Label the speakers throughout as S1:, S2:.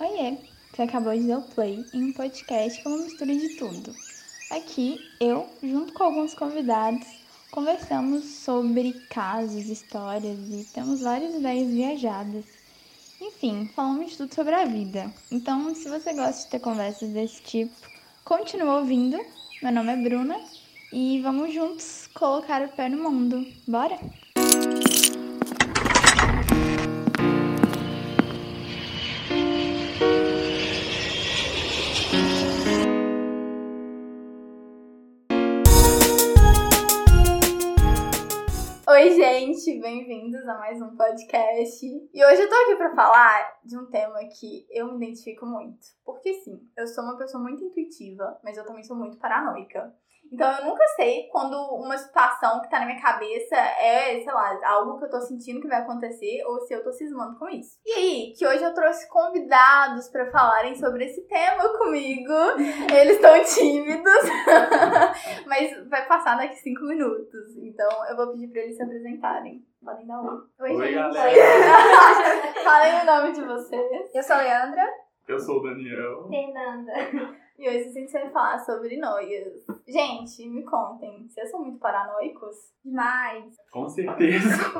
S1: Oiê! Você acabou de dar o play em um podcast que é uma mistura de tudo. Aqui, eu, junto com alguns convidados, conversamos sobre casos, histórias e temos várias ideias viajadas. Enfim, falamos de tudo sobre a vida. Então, se você gosta de ter conversas desse tipo, continua ouvindo. Meu nome é Bruna e vamos juntos colocar o pé no mundo. Bora? Oi, gente, bem-vindos a mais um podcast. E hoje eu tô aqui pra falar de um tema que eu me identifico muito. Porque, sim, eu sou uma pessoa muito intuitiva, mas eu também sou muito paranoica. Então, eu nunca sei quando uma situação que tá na minha cabeça é, sei lá, algo que eu tô sentindo que vai acontecer ou se eu tô cismando com isso. E aí, que hoje eu trouxe convidados pra falarem sobre esse tema comigo. Eles estão tímidos. Mas vai passar daqui cinco minutos. Então eu vou pedir pra eles se apresentarem. Podem dar um.
S2: Oi,
S1: gente.
S2: galera.
S1: Falem o nome de vocês.
S3: Eu sou a Leandra.
S2: Eu sou o Daniel.
S3: Fernanda.
S1: E hoje a gente vai falar sobre noias. Gente, me contem. Vocês são muito paranoicos?
S3: Mas
S2: Com certeza.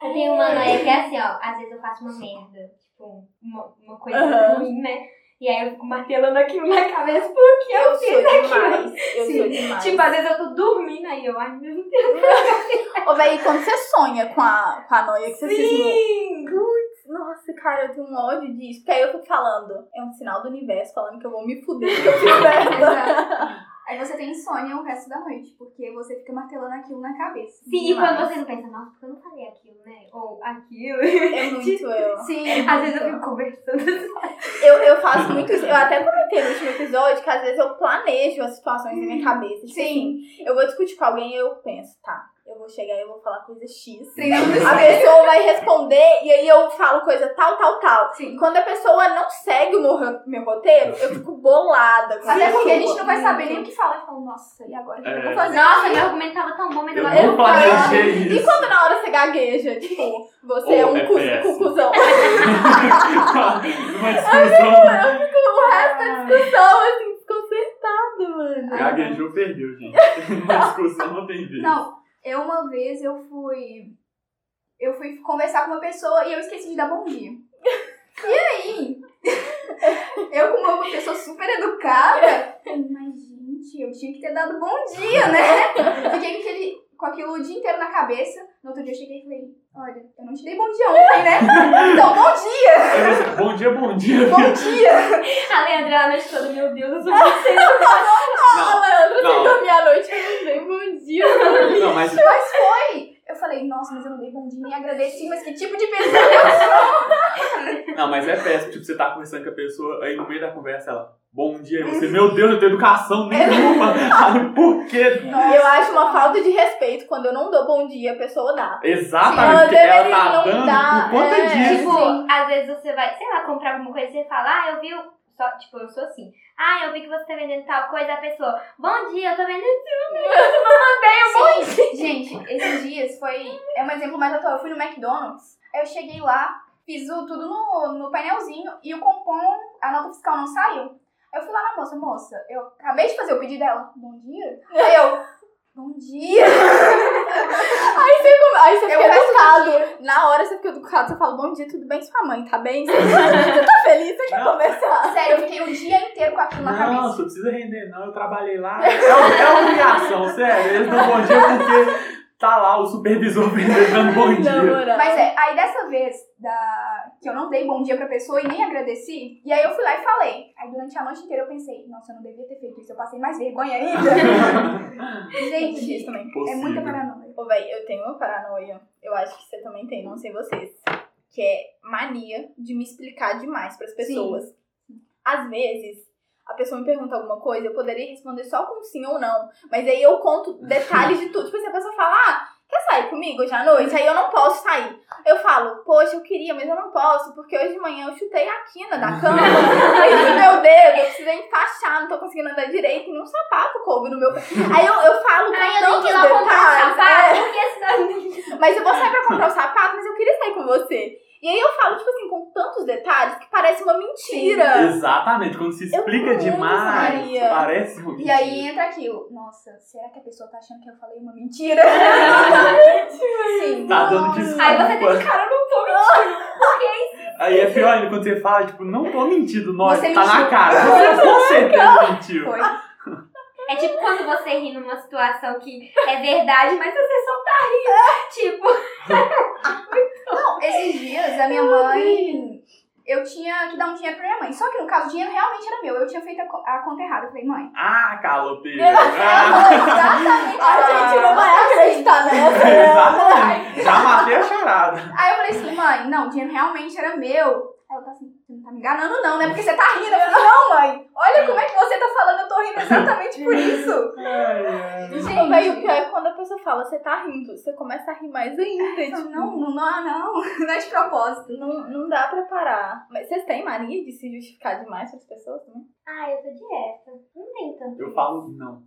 S4: Eu tenho uma noia que é assim, ó. Às vezes eu faço uma merda. Tipo, uma, uma coisa
S1: Aham.
S4: ruim, né? E aí eu fico martelando aquilo na cabeça porque eu, fiz aquilo.
S1: Eu sou
S4: Sim.
S1: demais.
S4: Tipo, às vezes eu tô dormindo aí eu, ai meu Deus.
S1: Ô, velho, quando você sonha com a, com a noia que você cismou.
S4: Sim!
S1: Nossa, cara, eu tenho um ódio disso. Porque aí eu fico falando. É um sinal do universo falando que eu vou me fuder que eu fiz merda.
S3: aí você tem insônia o resto da noite, porque você fica martelando aquilo na cabeça.
S4: Sim, e quando você não pensa, nossa, porque eu não falei aquilo, né? Ou aquilo.
S1: É muito eu.
S3: Sim.
S4: Às vezes eu fico conversando. assim.
S1: Eu, eu faço muito isso. Eu até comentei no último episódio que às vezes eu planejo as situações na minha cabeça. Tipo
S3: Uhum. Sim.
S1: assim, eu vou discutir com alguém e eu penso, tá, eu vou chegar e eu vou falar coisa X.
S3: Sim, não
S1: A pessoa vai responder e aí eu falo coisa tal, tal, tal.
S3: Sim.
S1: Quando a pessoa não segue o meu, ro- meu roteiro, eu fico bolada. com
S3: Até
S1: isso.
S3: porque a gente não vai saber nem o que fala. Fala, nossa, e agora? O que eu vou
S2: É.
S3: fazer?
S4: Nossa, meu argumento tava tão bom, mas
S2: Eu
S4: agora eu
S2: não
S4: não falo.
S2: planejei
S1: E
S2: isso.
S1: quando na hora você gagueja, tipo, você é
S2: Ou
S1: um
S2: é
S1: cu-
S2: péssimo.
S1: cucuzão.
S2: Uma discussão.
S1: O resto é discussão, assim, desconcertado, mano.
S2: Gaguejou, perdeu, gente. Uma discussão não tem vez.
S3: Não, eu uma vez eu fui. Eu fui conversar com uma pessoa e eu esqueci de dar bom dia. E aí? Eu, como uma pessoa super educada, falei, mas gente, eu tinha que ter dado bom dia, né? Fiquei com, aquele, com aquilo o dia inteiro na cabeça. No outro dia eu cheguei e falei: Olha, eu não te dei bom dia ontem, né? Então, bom dia!
S2: Aí você, Bom dia, bom dia.
S1: Bom dia!
S4: A Leandra na escola, meu Deus, eu sou muito sensível.
S1: Ah, Leandro, você
S2: não.
S1: dormir à noite, eu bem bom dia.
S2: Não, não, mas
S3: Mas foi! Eu falei: Nossa, mas eu não dei bom dia, nem agradeci, mas que tipo de pessoa?
S2: Não, mas é péssimo. Tipo, você tá conversando com a pessoa, aí no meio da conversa ela, bom dia, e você, meu Deus, eu tenho educação nenhuma. Sabe por quê?
S1: Eu acho uma falta de respeito quando eu não dou bom dia, a pessoa dá. Ela
S2: Exatamente, porque ela
S1: deveria
S2: tá
S1: não dar,
S2: dando por conta
S1: é.
S2: disso.
S4: Tipo,
S1: Sim.
S4: às vezes você vai, sei lá, comprar alguma coisa e você fala, ah, eu vi. o- Só, tipo, eu sou assim. Ah, eu vi que você tá vendendo tal coisa, a pessoa, bom dia, eu tô vendendo isso, né?
S3: Sim. Gente, esses dias foi. É um exemplo mais atual. Eu fui no McDonald's, aí eu cheguei lá, fiz o, tudo no, no painelzinho e o cupom, a nota fiscal não saiu. Aí eu fui lá na moça, moça, eu acabei de fazer o pedido dela. Bom dia? Aí eu. Bom dia!
S1: Aí você
S3: Eu
S1: fica
S3: resto do
S1: educado. Na hora você fica educado, você fala, bom dia, tudo bem? Sua mãe tá bem? Você tá feliz? Você quer
S2: Não.
S1: conversar?
S3: Sério, eu fiquei o dia inteiro com aquilo na
S2: Não,
S3: cabeça.
S2: você precisa render, não. Eu trabalhei lá. É, uma- é obrigação, sério. Eles dão bom dia porque tá lá o supervisor dando bom
S1: Na
S2: dia.
S1: moral.
S3: Mas é, aí dessa vez, da... que eu não dei bom dia pra pessoa e nem agradeci, e aí eu fui lá e falei. Aí durante a noite inteira eu pensei, nossa, eu não devia ter feito isso, eu passei mais vergonha ainda. Gente,
S1: Gente, também.
S3: é
S2: Possível.
S3: muita paranoia.
S1: Ô, véi, eu tenho uma paranoia. Eu acho que você também tem, não sei vocês. Que é mania de me explicar demais pras pessoas. Às vezes, a pessoa me pergunta alguma coisa, eu poderia responder só com sim ou não. Mas aí eu conto detalhes de tudo. Tipo, se a pessoa fala, ah, quer sair comigo hoje à
S4: Uhum.
S1: noite? Aí eu não posso sair. Eu falo, poxa, eu queria, mas eu não posso, porque hoje de manhã eu chutei a quina da cama,
S4: Uhum.
S1: aí no meu dedo, eu precisei enfaixar, não tô conseguindo andar direito, e um sapato coube no meu pé. Aí eu, eu falo com
S4: Ai, eu tenho
S1: tantos
S4: que ir lá comprar um
S1: detalhes. é.
S4: sapato, porque senão.
S1: Mas eu vou sair pra comprar o sapato, mas eu queria sair com você. E aí eu falo, tipo assim, com tantos detalhes que mentira.
S2: Exatamente, quando se explica
S1: muito
S2: demais,
S1: usaria.
S2: parece uma
S3: E
S2: mentira.
S3: aí entra aquilo. Nossa, será que a pessoa tá achando que eu falei uma mentira? Sim.
S2: Tá dando
S4: Aí você
S2: desculpa.
S4: tem cara, eu não tô mentindo.
S2: Aí é pior ainda quando você fala, tipo, não tô mentindo, nossa,
S3: Você
S2: tá na
S3: mentiu.
S2: cara. Você com certeza mentiu.
S3: Foi.
S4: É tipo quando você ri numa situação que é verdade, mas você só tá rindo. Tipo,
S3: Não, esses dias a minha mãe. Eu tinha que dar um dinheiro pra minha mãe. Só que no caso, o dinheiro realmente era meu. Eu tinha feito a, co- a conta errada. Eu falei, mãe.
S2: Ah, caloteira. Ah,
S3: Exatamente.
S1: A gente não vai
S3: assim.
S1: acreditar nessa.
S2: exatamente. Já matei a charada.
S3: Aí eu falei assim, mãe, não, o dinheiro realmente era meu. Aí Ela tá assim, você não tá me enganando, não, né? Porque você tá rindo. Eu falei, não, mãe, olha como é que você tá falando, eu tô rindo exatamente por isso.
S1: Gente, mas o pior é quando a pessoa fala, você tá rindo, você começa a rir mais ainda.
S3: Eu
S1: Tipo,
S3: falei, Não, não, não, não, não é de propósito.
S1: Não, não dá pra parar. Mas vocês têm mania de se justificar demais pras pessoas, né?
S4: ah, eu sou dieta. Não tem tanto.
S2: Eu falo não.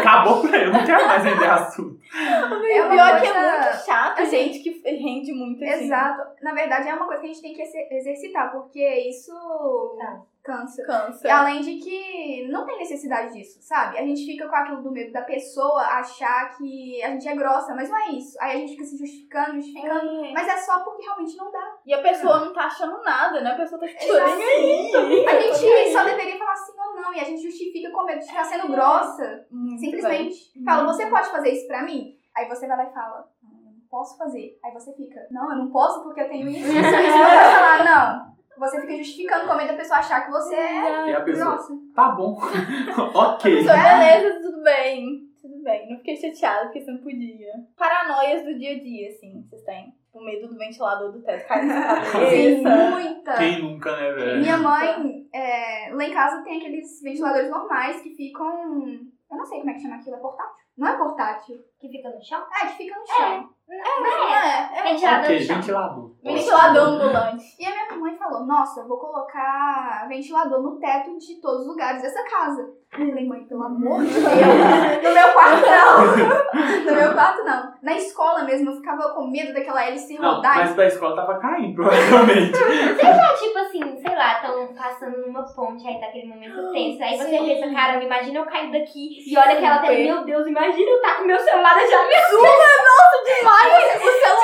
S2: Acabou pra eu, não quero mais vender assunto.
S1: É
S3: uma
S1: pior que
S3: coisa-
S1: é muito chato,
S3: assim,
S1: gente que rende muito. assim.
S3: Exato. Na verdade, é uma coisa que a gente tem que exer- exercitar, porque isso
S1: Tá.
S3: cansa. E
S1: Cansa.
S3: além de que não tem necessidade disso, sabe? A gente fica com aquilo do medo da pessoa achar que a gente é grossa, mas não é isso. Aí a gente fica se justificando, justificando.
S1: É.
S3: Mas é só porque realmente não dá.
S1: E a pessoa não tá achando nada, né? A pessoa tá tipo, é
S3: Exato.
S1: nem aí.
S3: A gente só deveria falar sim ou não, e a gente justifica com medo de ficar sendo
S1: É.
S3: grossa.
S1: Muito bem.
S3: Simplesmente fala, você pode fazer isso pra mim? Aí você vai lá e fala, não, eu não posso fazer. Aí você fica, não, eu não posso porque eu tenho isso, isso, isso. Não vai falar, não. Você fica justificando com medo da pessoa achar que você é
S2: E a pessoa,
S3: grossa.
S2: tá bom. ok.
S1: Pessoa, beleza, tudo bem. Tudo bem. Não fiquei chateada porque você não podia. Paranoias do dia a dia, assim, vocês têm. O medo do ventilador do teto cair na sua
S3: Sim,
S1: cabeça.
S3: muita.
S2: Quem nunca, né, velho?
S3: Minha mãe, é, lá em casa tem aqueles ventiladores normais que ficam. Eu não sei como é que chama aquilo, é portátil? Não é portátil.
S4: Que fica no chão?
S3: É, que fica no chão.
S1: É, é.
S4: Ventilador
S2: ok,
S4: no chão.
S2: ventilador.
S1: Ventilador ambulante.
S3: E a minha mãe falou: Nossa, eu vou colocar ventilador no teto de todos os lugares dessa casa. Eu falei, mãe, pelo amor de Deus. No meu quarto, não. No meu quarto, não. Na escola mesmo, eu ficava com medo daquela hélice
S2: Não,
S3: rodar.
S2: mas da escola tava caindo, provavelmente.
S4: Você já, tipo assim, sei lá, estão passando numa ponte, aí tá aquele momento tenso. Aí você
S1: Sim.
S4: pensa, caramba, imagina eu cair daqui e olha aquela tela.
S1: Super.
S4: Meu Deus, imagina eu tá com meu celular na janela.
S1: Mas o celular, mas a
S4: Você no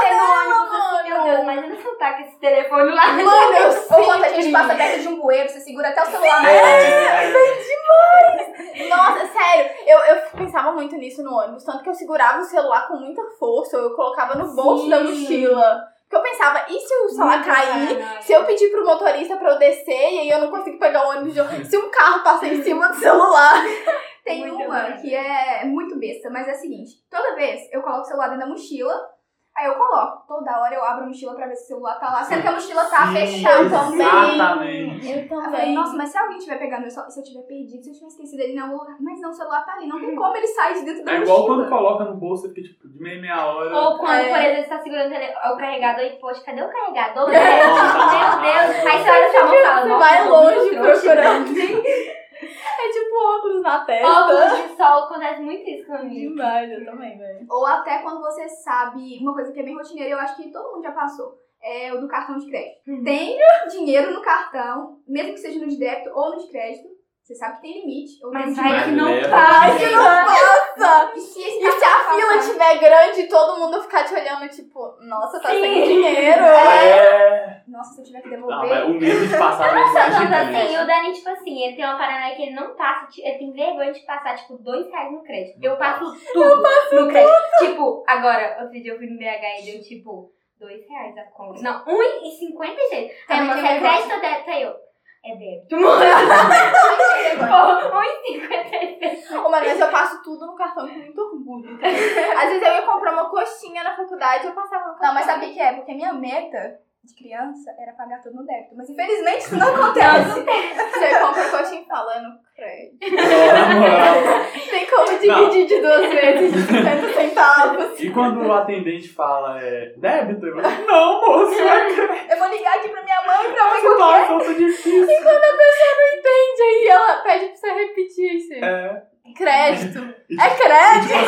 S1: tela,
S4: ônibus, assim, Meu
S1: mano.
S4: Deus, imagina se eu tá com esse telefone lá.
S1: Mano, eu
S3: Ou quando a gente
S1: sempre-
S3: passa perto de um bueiro, você segura até o celular na
S2: É,
S1: Nossa, sério, eu, eu pensava muito nisso no ônibus, tanto que eu segurava o celular com muita força, ou eu colocava no bolso
S4: Sim.
S1: da mochila. Porque eu pensava, e se o celular cair? Se eu pedir pro motorista pra eu descer e aí eu não consigo pegar o ônibus de ônibus. Se um carro passar em cima do celular.
S3: Tem
S1: Muito
S3: uma
S1: bem.
S3: que é muito besta, mas é a seguinte: toda vez eu coloco o celular dentro da mochila, aí eu coloco. Toda hora eu abro a mochila pra ver se o celular tá lá, sendo que a mochila tá
S2: Sim,
S3: fechada também. Aí
S2: Exatamente.
S1: Eu
S3: Eu falei, nossa, mas se alguém tiver pegado meu celular, se eu tiver perdido, se eu tiver esquecido ele em algum lugar. Mas não, o celular tá ali, não tem como ele sair de dentro da
S2: É igual
S3: mochila.
S2: quando coloca no bolso, fica tipo de meia meia hora.
S4: Ou quando,
S1: É.
S4: por exemplo, você tá segurando o tele- o carregador e, poxa, cadê o carregador? Meu
S2: Nossa.
S4: Deus. Aí você olha sua mão e fala,
S1: Você
S4: nossa,
S1: vai
S4: eu
S1: longe
S4: sou trouxa.
S1: procurando. É tipo óculos na testa.
S4: Óculos de sol, acontece muito isso comigo.
S1: Demais, eu também, velho.
S3: Ou até quando você sabe uma coisa que é bem rotineira, eu acho que todo mundo já passou. É o do cartão de crédito.
S4: Hum.
S3: Tem dinheiro no cartão, mesmo que seja no de débito ou no de crédito. Você sabe que tem limite. Ou
S4: Mas
S3: tem
S4: vai
S2: Mas
S4: que não
S2: leva.
S4: passa.
S2: Vai que
S1: Nossa!
S3: E se,
S1: E se a fila tiver grande e todo mundo ficar te olhando, tipo, nossa, tá sem
S4: Sim.
S1: dinheiro.
S2: É.
S3: Nossa, se eu tiver que
S2: Não,
S3: devolver.
S2: mas o medo de passar a mensagem
S4: Tanto
S2: dele.
S4: assim, o Dani, tipo assim, ele tem uma paranoia que ele não passa, ti- ele tem vergonha de passar, tipo, dois reais no crédito. Eu passo tudo no crédito. Tipo, agora, outro dia eu fui no BH e deu, tipo, dois reais a conta. Não, um e cinquenta e seis. Aí
S3: Também
S4: você
S3: tem
S4: é
S3: vergonha.
S4: crédito ou débito? Aí eu, é débito. Mano, um e cinquenta e seis.
S1: Ô, Maria, mas eu passo tudo no cartão com muito orgulho. tá? é? Às vezes eu ia comprar uma coxinha na faculdade e eu passava no cartão.
S3: Não, mas sabe o que que é? Porque a minha meta de criança era pagar tudo no débito. Mas infelizmente isso não
S4: Não,
S3: acontece.
S1: Você compra coxinha e fala, "Eu não creio.
S2: Na moral.
S1: Tem como dividir de duas vezes de 50 centavos.
S2: E quando o atendente fala, é débito, eu falo, não, moço, é
S3: Eu vou ligar aqui pra minha mãe pra ver
S2: crédito,
S3: o que é.
S2: nossa, tá difícil.
S1: Entende? Aí ela pede pra você repetir isso.
S2: É.
S1: Crédito.
S2: E
S1: É crédito.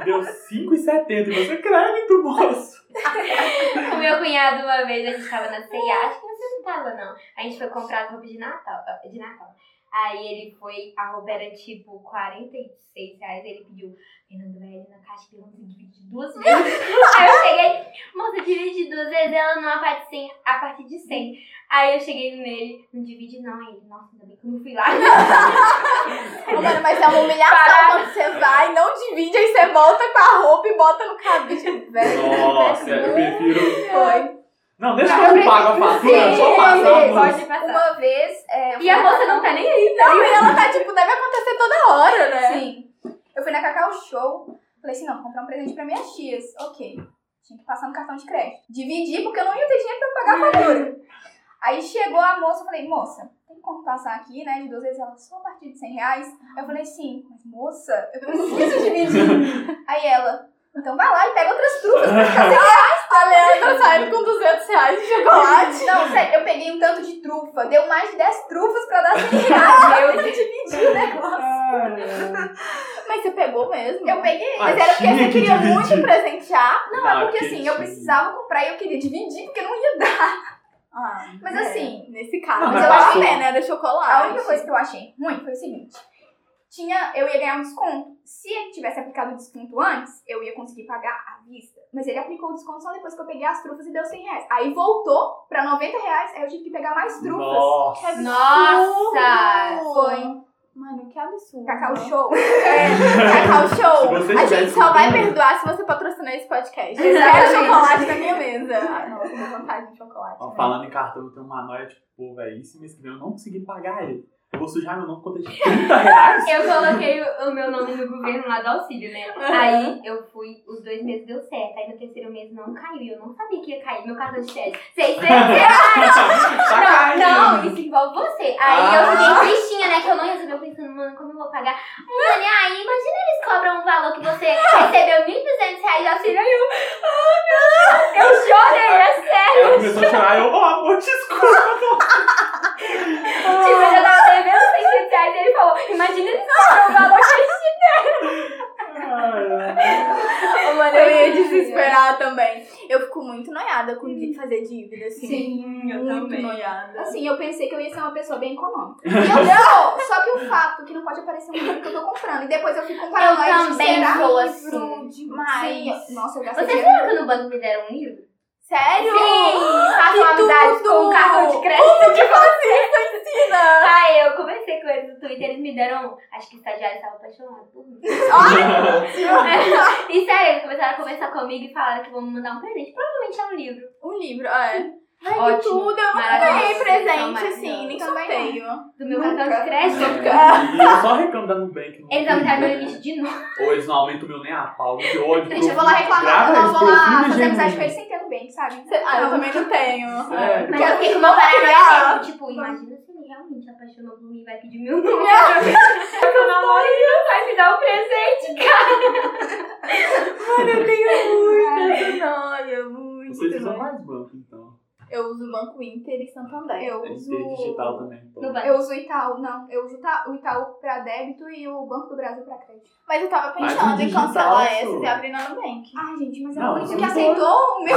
S2: tipo assim, e deu 5,70 e você crédito, moço.
S4: O meu cunhado, uma vez, a gente tava na ceia, acho que vocês não tava, não. A gente foi comprar as roupas de Natal. ó, De Natal. Aí ele foi, a roupa era tipo 46 reais. Ele pediu, Fernando, vai ali na caixa e pergunta se divide duas vezes. Aí eu cheguei, moça, divide duas vezes, ela não a parte de 100, a partir de 100. Aí eu cheguei nele, não divide não. Aí ele, nossa, ainda bem que eu não fui lá.
S1: Ô, Mano, mas é uma humilhação quando você vai, não divide, aí você volta com a roupa e bota no cabide.
S3: É.
S1: Velho.
S2: Nossa, eu prefiro.
S3: Foi.
S2: Não, deixa que eu não pago a fatura, só
S3: Sim, é,
S2: passar.
S4: Pode passar.
S3: Uma vez. é,
S4: E
S3: eu fui
S4: a
S3: na
S4: moça
S3: Cacau-
S4: não tá nem aí.
S1: Não, e ela tá tipo, deve acontecer toda hora,
S2: É.
S1: né?
S3: Sim. Eu fui na Cacau Show. Falei assim: não, vou comprar um presente pra minhas tias. Ok. Tinha que passar no cartão de crédito. Dividi, porque eu não ia ter dinheiro pra eu pagar
S2: Uhum.
S3: a fatura. Aí chegou a moça, eu falei, moça, tem como passar aqui, né? De duas vezes ela só a partir de 100 reais. Aí eu falei assim, mas moça, eu não preciso dividir. Aí ela, então vai lá e pega outras trufas pra ficar
S1: A Leandra saindo com 200 reais de chocolate.
S3: Não, sério, eu peguei um tanto de trufa. Deu mais de 10 trufas pra dar 100 reais. Eu dividi o negócio.
S1: Mas você pegou mesmo?
S3: Eu peguei.
S1: Mas
S2: Ah,
S1: era porque
S2: tinha
S1: você
S2: que
S1: queria
S2: dividir.
S1: muito presentear.
S3: Não, é porque
S2: que
S3: assim, eu
S2: sim.
S3: precisava comprar e eu queria dividir porque não ia dar.
S1: Ah,
S3: Mas
S1: é.
S3: assim,
S1: Nesse caso,
S2: Não,
S1: mas
S2: mas
S1: eu né? acho
S2: passou.
S1: pena, era chocolate.
S3: a única coisa que eu achei ruim foi o seguinte. Tinha, eu ia ganhar um desconto. Se ele tivesse aplicado o desconto antes, eu ia conseguir pagar à vista. Mas ele aplicou o desconto só depois que eu peguei as trufas e deu 100 reais. Aí voltou pra 90 reais, aí eu tive que pegar mais trufas.
S2: Nossa.
S4: Nossa!
S1: Foi. Mano, que absurdo.
S3: Cacau show. É,
S1: Cacau Show.
S2: Se você
S1: A
S2: estiver
S1: gente só vai
S2: escutando.
S1: perdoar se você patrocinar esse podcast. Eu
S3: Exatamente.
S1: quero chocolate na minha mesa.
S3: Ah,
S1: Ai, nossa, que vontade de chocolate.
S2: Ó, falando em cartão, eu tenho uma noia, tipo, pô, velho, isso mês que vem eu não consegui pagar ele. Eu vou sujar meu nome por conta de 30 reais.
S4: Eu coloquei o, o meu nome no governo lá do auxílio, né? Aí eu fui, os dois meses deu certo. Aí no terceiro mês não caiu. E eu não sabia que ia cair meu cartão de crédito. Seis reais!
S2: Tá caindo.
S4: Não, não, isso envolve você. Aí
S2: Ah.
S4: eu fiquei tristinha, né? Que eu não resolvi. Eu pensando, mano, como eu vou pagar? Aí eu falei, ah, imagina eles cobram um valor que você recebeu 1.200 reais de auxílio. Aí eu, ah, não! Eu chorei, é sério.
S2: Ela começou a chorar, eu, ó, amor, desculpa.
S4: Tipo, eu já tava devendo 600 reais. Ele falou, imagina eles cobram um valor que eles
S2: Ai, ai.
S1: Ô, Mano, eu ia desesperar também. Eu fico muito noiada com de fazer dívida, assim.
S3: Sim,
S1: muito noiada.
S3: Assim, eu pensei que eu ia ser uma pessoa bem econômica. E eu não! Só que o fato que não pode aparecer um livro que eu tô comprando. E depois eu fico com paranoia
S4: Eu
S3: de
S4: também
S3: será
S4: sou
S3: livro
S4: assim.
S3: demais. Nossa, eu gastei
S4: Vocês
S3: dinheiro.
S4: viram que no banco me deram um livro? Ah,
S1: Sério?
S4: Sim, faço
S1: Que
S4: amizade
S1: tudo!
S4: com o cartão de crédito.
S1: Tina!
S4: Aí tá? eu conversei com eles no Twitter, eles me deram. um, Acho que o estagiário estava apaixonado por mim. e sério, eles começaram a conversar comigo e falaram que vão me mandar um presente. Provavelmente é um livro.
S1: Um livro, é. Ai, que
S4: Ótimo.
S1: tudo. Eu nunca
S4: Maravilhoso.
S1: ganhei
S4: São
S1: presente,
S4: maravilhosos.
S1: assim, nem
S3: Também
S1: sorteio.
S4: Do meu
S3: Nunca.
S4: cartão de crédito.
S2: E eu só reclamo da Nubank. não
S3: um
S4: Eles aumentaram meu
S2: tem.
S4: limite de novo.
S2: Ou eles não aumentam o meu nem a pau. Que ódio.
S3: Gente, eu vou lá reclamar,
S2: Grava
S3: não, eu
S2: isso,
S3: vou lá
S2: profundo e
S3: fazer amizade com
S2: genuíno.
S3: ele sem ter no bem, sabe?
S1: Ah, eu também não tenho.
S2: Sério.
S4: Mas eu fiquei com uma paranoia. mesmo, Tipo, imagina se ele realmente se apaixonou por mim e vai pedir meu número. Meu namorado vai me dar um presente, cara.
S1: Mano, eu tenho muito. Olha, muito.
S2: Vocês usam mais banco, então.
S1: Eu uso o Banco Inter e Santander.
S3: Eu
S2: Tem
S3: uso.
S2: digital também. então.
S4: No banco.
S3: Eu uso o Itaú, não. Eu uso o Ita- o Itaú pra débito e o Banco do Brasil pra crédito.
S1: Mas eu tava
S2: Mas
S1: pensando
S2: o
S1: em
S2: digital, é
S1: cancelar
S2: isso.
S1: essas e abrir na Nubank.
S3: Ai, gente, mas é
S2: Não,
S3: o único
S2: eu
S3: que
S2: uso
S3: aceitou o meu.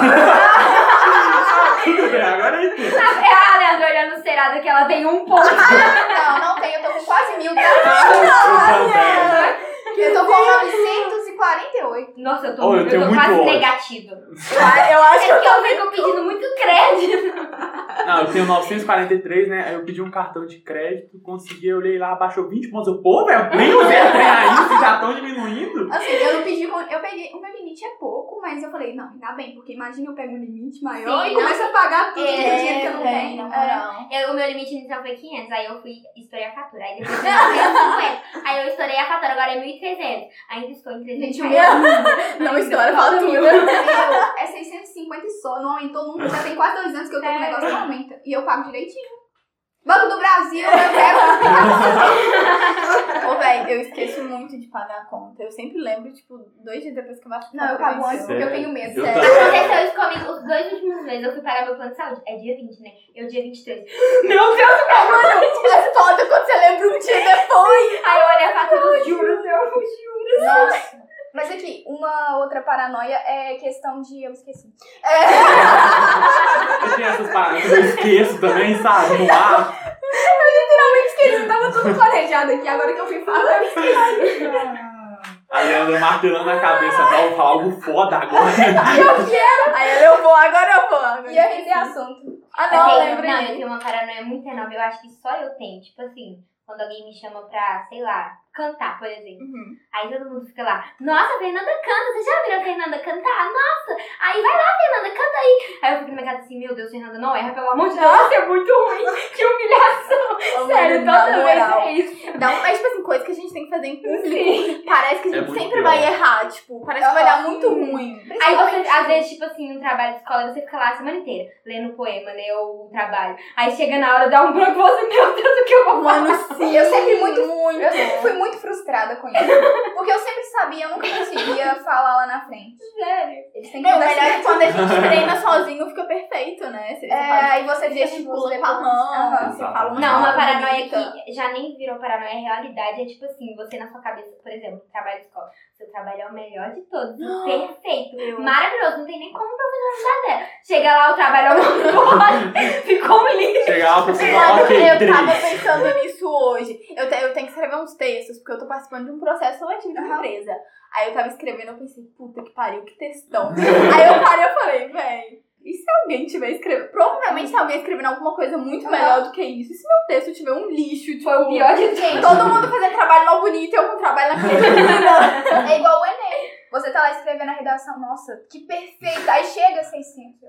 S2: Tudo bem, agora é isso.
S4: É a Leandra olhando o Serada que ela tem um ponto.
S3: não, não tem, eu tô com quase mil. tá?
S2: Olha!
S3: Eu tô com 948.
S4: Nossa, eu tô,
S2: Oh, eu
S4: eu
S2: tenho
S4: tô
S2: muito
S4: quase
S2: ódio.
S4: negativa.
S1: Eu acho
S4: É que eu fico pedindo muito crédito.
S2: Não, eu tenho 943, né? Aí eu pedi um cartão de crédito, consegui, eu olhei lá, abaixou 20 pontos. Eu, pô, velho, nem usei o trem ainda, vocês já estão diminuindo.
S3: Assim, eu não pedi. com- Eu peguei. O meu limite é pouco, mas eu falei, não, ainda bem, porque imagina eu pego um limite maior
S4: Sim,
S3: e começo a pagar tudo
S4: É,
S3: que eu dinheiro que eu não
S1: velho,
S3: tenho.
S1: na
S3: É.
S1: moral.
S4: Eu, o meu limite inicial foi 500, aí eu fui estourar a fatura. Aí depois eu estourei 50. Aí eu estourei a fatura, agora é 1.300. Ainda estou em 300
S3: Gente, o
S4: reais.
S3: meu
S1: Não estoura, fala
S3: Meu,
S1: tudo.
S3: é 650 só, não aumentou nunca. Já tem quase dois anos que eu tô com o negócio que aumenta. E eu pago direitinho. Banco do Brasil, eu quero.
S1: Ô, velho, eu esqueço muito de pagar a conta. Eu sempre lembro, tipo, dois dias depois que eu bato
S3: Não, eu pago antes
S1: antes.
S3: porque eu tenho medo.
S2: Eu
S1: sério.
S2: também.
S4: Aconteceu isso comigo os dois últimos meses. Eu fui pagar meu plano de saúde. É dia 20, né? Eu dia 23. Meu Deus!
S1: É foda quando você lembra um dia depois.
S4: Aí eu olhei a fatura, juro, meu, juro.
S1: Nossa.
S3: Mas aqui, uma outra paranoia é questão de. Eu esqueci.
S2: Eu tenho essas paradas que eu esqueço também, sabe? No ar.
S3: Esqueci, tava tudo planejado aqui, agora que eu fui falar, eu esqueci.
S2: A Leandra martelando a cabeça dela, vou falar algo foda agora.
S3: Eu quero.
S1: Aí ela, eu vou, agora eu vou. Agora.
S3: Ia render assunto. Ah,
S4: eu
S3: não,
S4: tenho-
S3: lembrei.
S4: Não, eu tenho uma paranoia muito enorme. Eu acho que só eu tenho. Tipo assim, quando alguém me chama pra, sei lá, cantar, por exemplo.
S1: Uhum.
S4: Aí todo mundo fica lá, nossa, a Fernanda canta, você já viu a Fernanda cantar? Nossa! Aí vai lá, Fernanda, canta aí! Aí eu fico na minha casa assim, meu Deus, Fernanda, não erra, pelo amor de Deus, isso é muito ruim! Que humilhação! Sério,
S1: Na
S4: toda vez
S1: moral.
S4: é isso.
S1: Não, mas tipo assim, coisa que a gente tem que fazer em público.
S4: Sim.
S1: Parece que a
S2: É
S1: gente
S2: muito
S1: sempre
S2: pior.
S1: vai errar, tipo, parece que vai dar muito ruim.
S4: Aí você, às vezes, tipo assim, no trabalho de escola, você fica lá a semana inteira, lendo poema, né, ou um trabalho. Aí chega na hora, dá um branco e você, meu Deus, o que eu vou fazer?
S1: Mano, Um sim.
S3: Eu sempre muito-
S1: muito.
S3: Eu sempre fui muito frustrada com isso. Porque eu sempre sabia, eu nunca conseguia falar lá na frente.
S4: Sério?
S3: Eles têm que
S1: Não, o
S3: dar
S1: melhor é que
S3: certo.
S1: quando a gente treina sozinho fica perfeito, né? Você
S3: É,
S1: fala-
S3: aí você
S1: gesticula
S3: depois-
S1: com a mão,
S3: Aham.
S1: você fala uma
S4: Não, uma
S1: palavra
S4: paranoia
S1: bonita.
S4: que já nem virou paranoia, é realidade. É tipo assim, você na sua cabeça, por exemplo, trabalho de escola. Seu trabalho é o melhor de todos. perfeito. Maravilhoso. Não tem nem como o professor ajudar dela. Chega lá, o trabalho é uma bosta. Ficou um lixo.
S2: Chegar lá pra você falar,
S1: Sabe,
S2: ok,
S1: eu tava
S2: três.
S1: pensando nisso hoje. Eu, te- eu tenho que escrever uns textos, porque eu tô participando de um processo seletivo de uma empresa. Aí eu tava escrevendo, eu pensei, puta que pariu, que textão. Aí eu parei e falei, véi, e se alguém tiver escrevendo? Provavelmente se alguém escrevendo alguma coisa muito
S3: Aham.
S1: melhor do que isso, e se meu texto tiver um lixo, tipo...
S4: Foi o pior de
S3: Gente,
S1: Todo mundo fazendo trabalho mal bonito e eu com trabalho na criatura.
S3: É igual o Enem. Você tá lá escrevendo a redação, nossa, que perfeita. Aí chega assim, 600.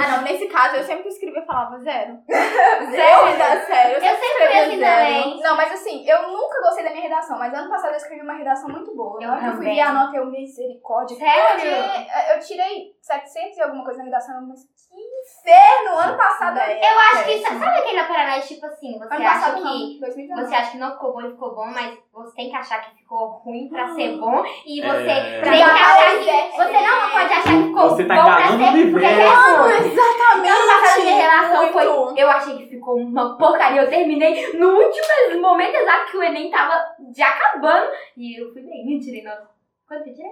S1: ah não, nesse caso eu sempre escrevia e falava zero.
S4: Sério?
S1: Zero, dá sério.
S4: Eu sempre fui assim também.
S3: Não, mas assim, eu nunca gostei da minha redação, mas ano passado eu escrevi uma redação muito boa. Na
S4: Eu
S3: hora que eu fui
S4: também.
S3: ver a nota, eu misericórdia. Porque
S4: Sério?
S3: eh, eu tirei 700 e alguma coisa na redação, mas que inferno! Ano passado.
S1: né? Eu
S4: Acho que, sa- sabe aquele paranoia, tipo assim, você
S3: Ano
S4: acha
S3: passado
S4: que...
S3: não, 2019.
S4: Você acha que não ficou bom e ficou bom, mas você tem que achar que ficou ruim pra ser bom. E
S2: É.
S4: Hum. você tá
S2: Pra
S4: tem que
S3: dar
S4: achar
S3: valor
S4: que... Você não pode achar que ficou
S2: Você tá
S4: bom pra
S2: enganando o
S4: ser... Porque
S2: universo.
S4: é ruim.
S1: exatamente.
S4: Ano passado minha relação foi.
S1: Muito.
S4: Eu achei que ficou uma porcaria. Eu terminei no último momento exato que o Enem tava já acabando. E eu fui bem, eu tirei nota. Quanto eu tirei?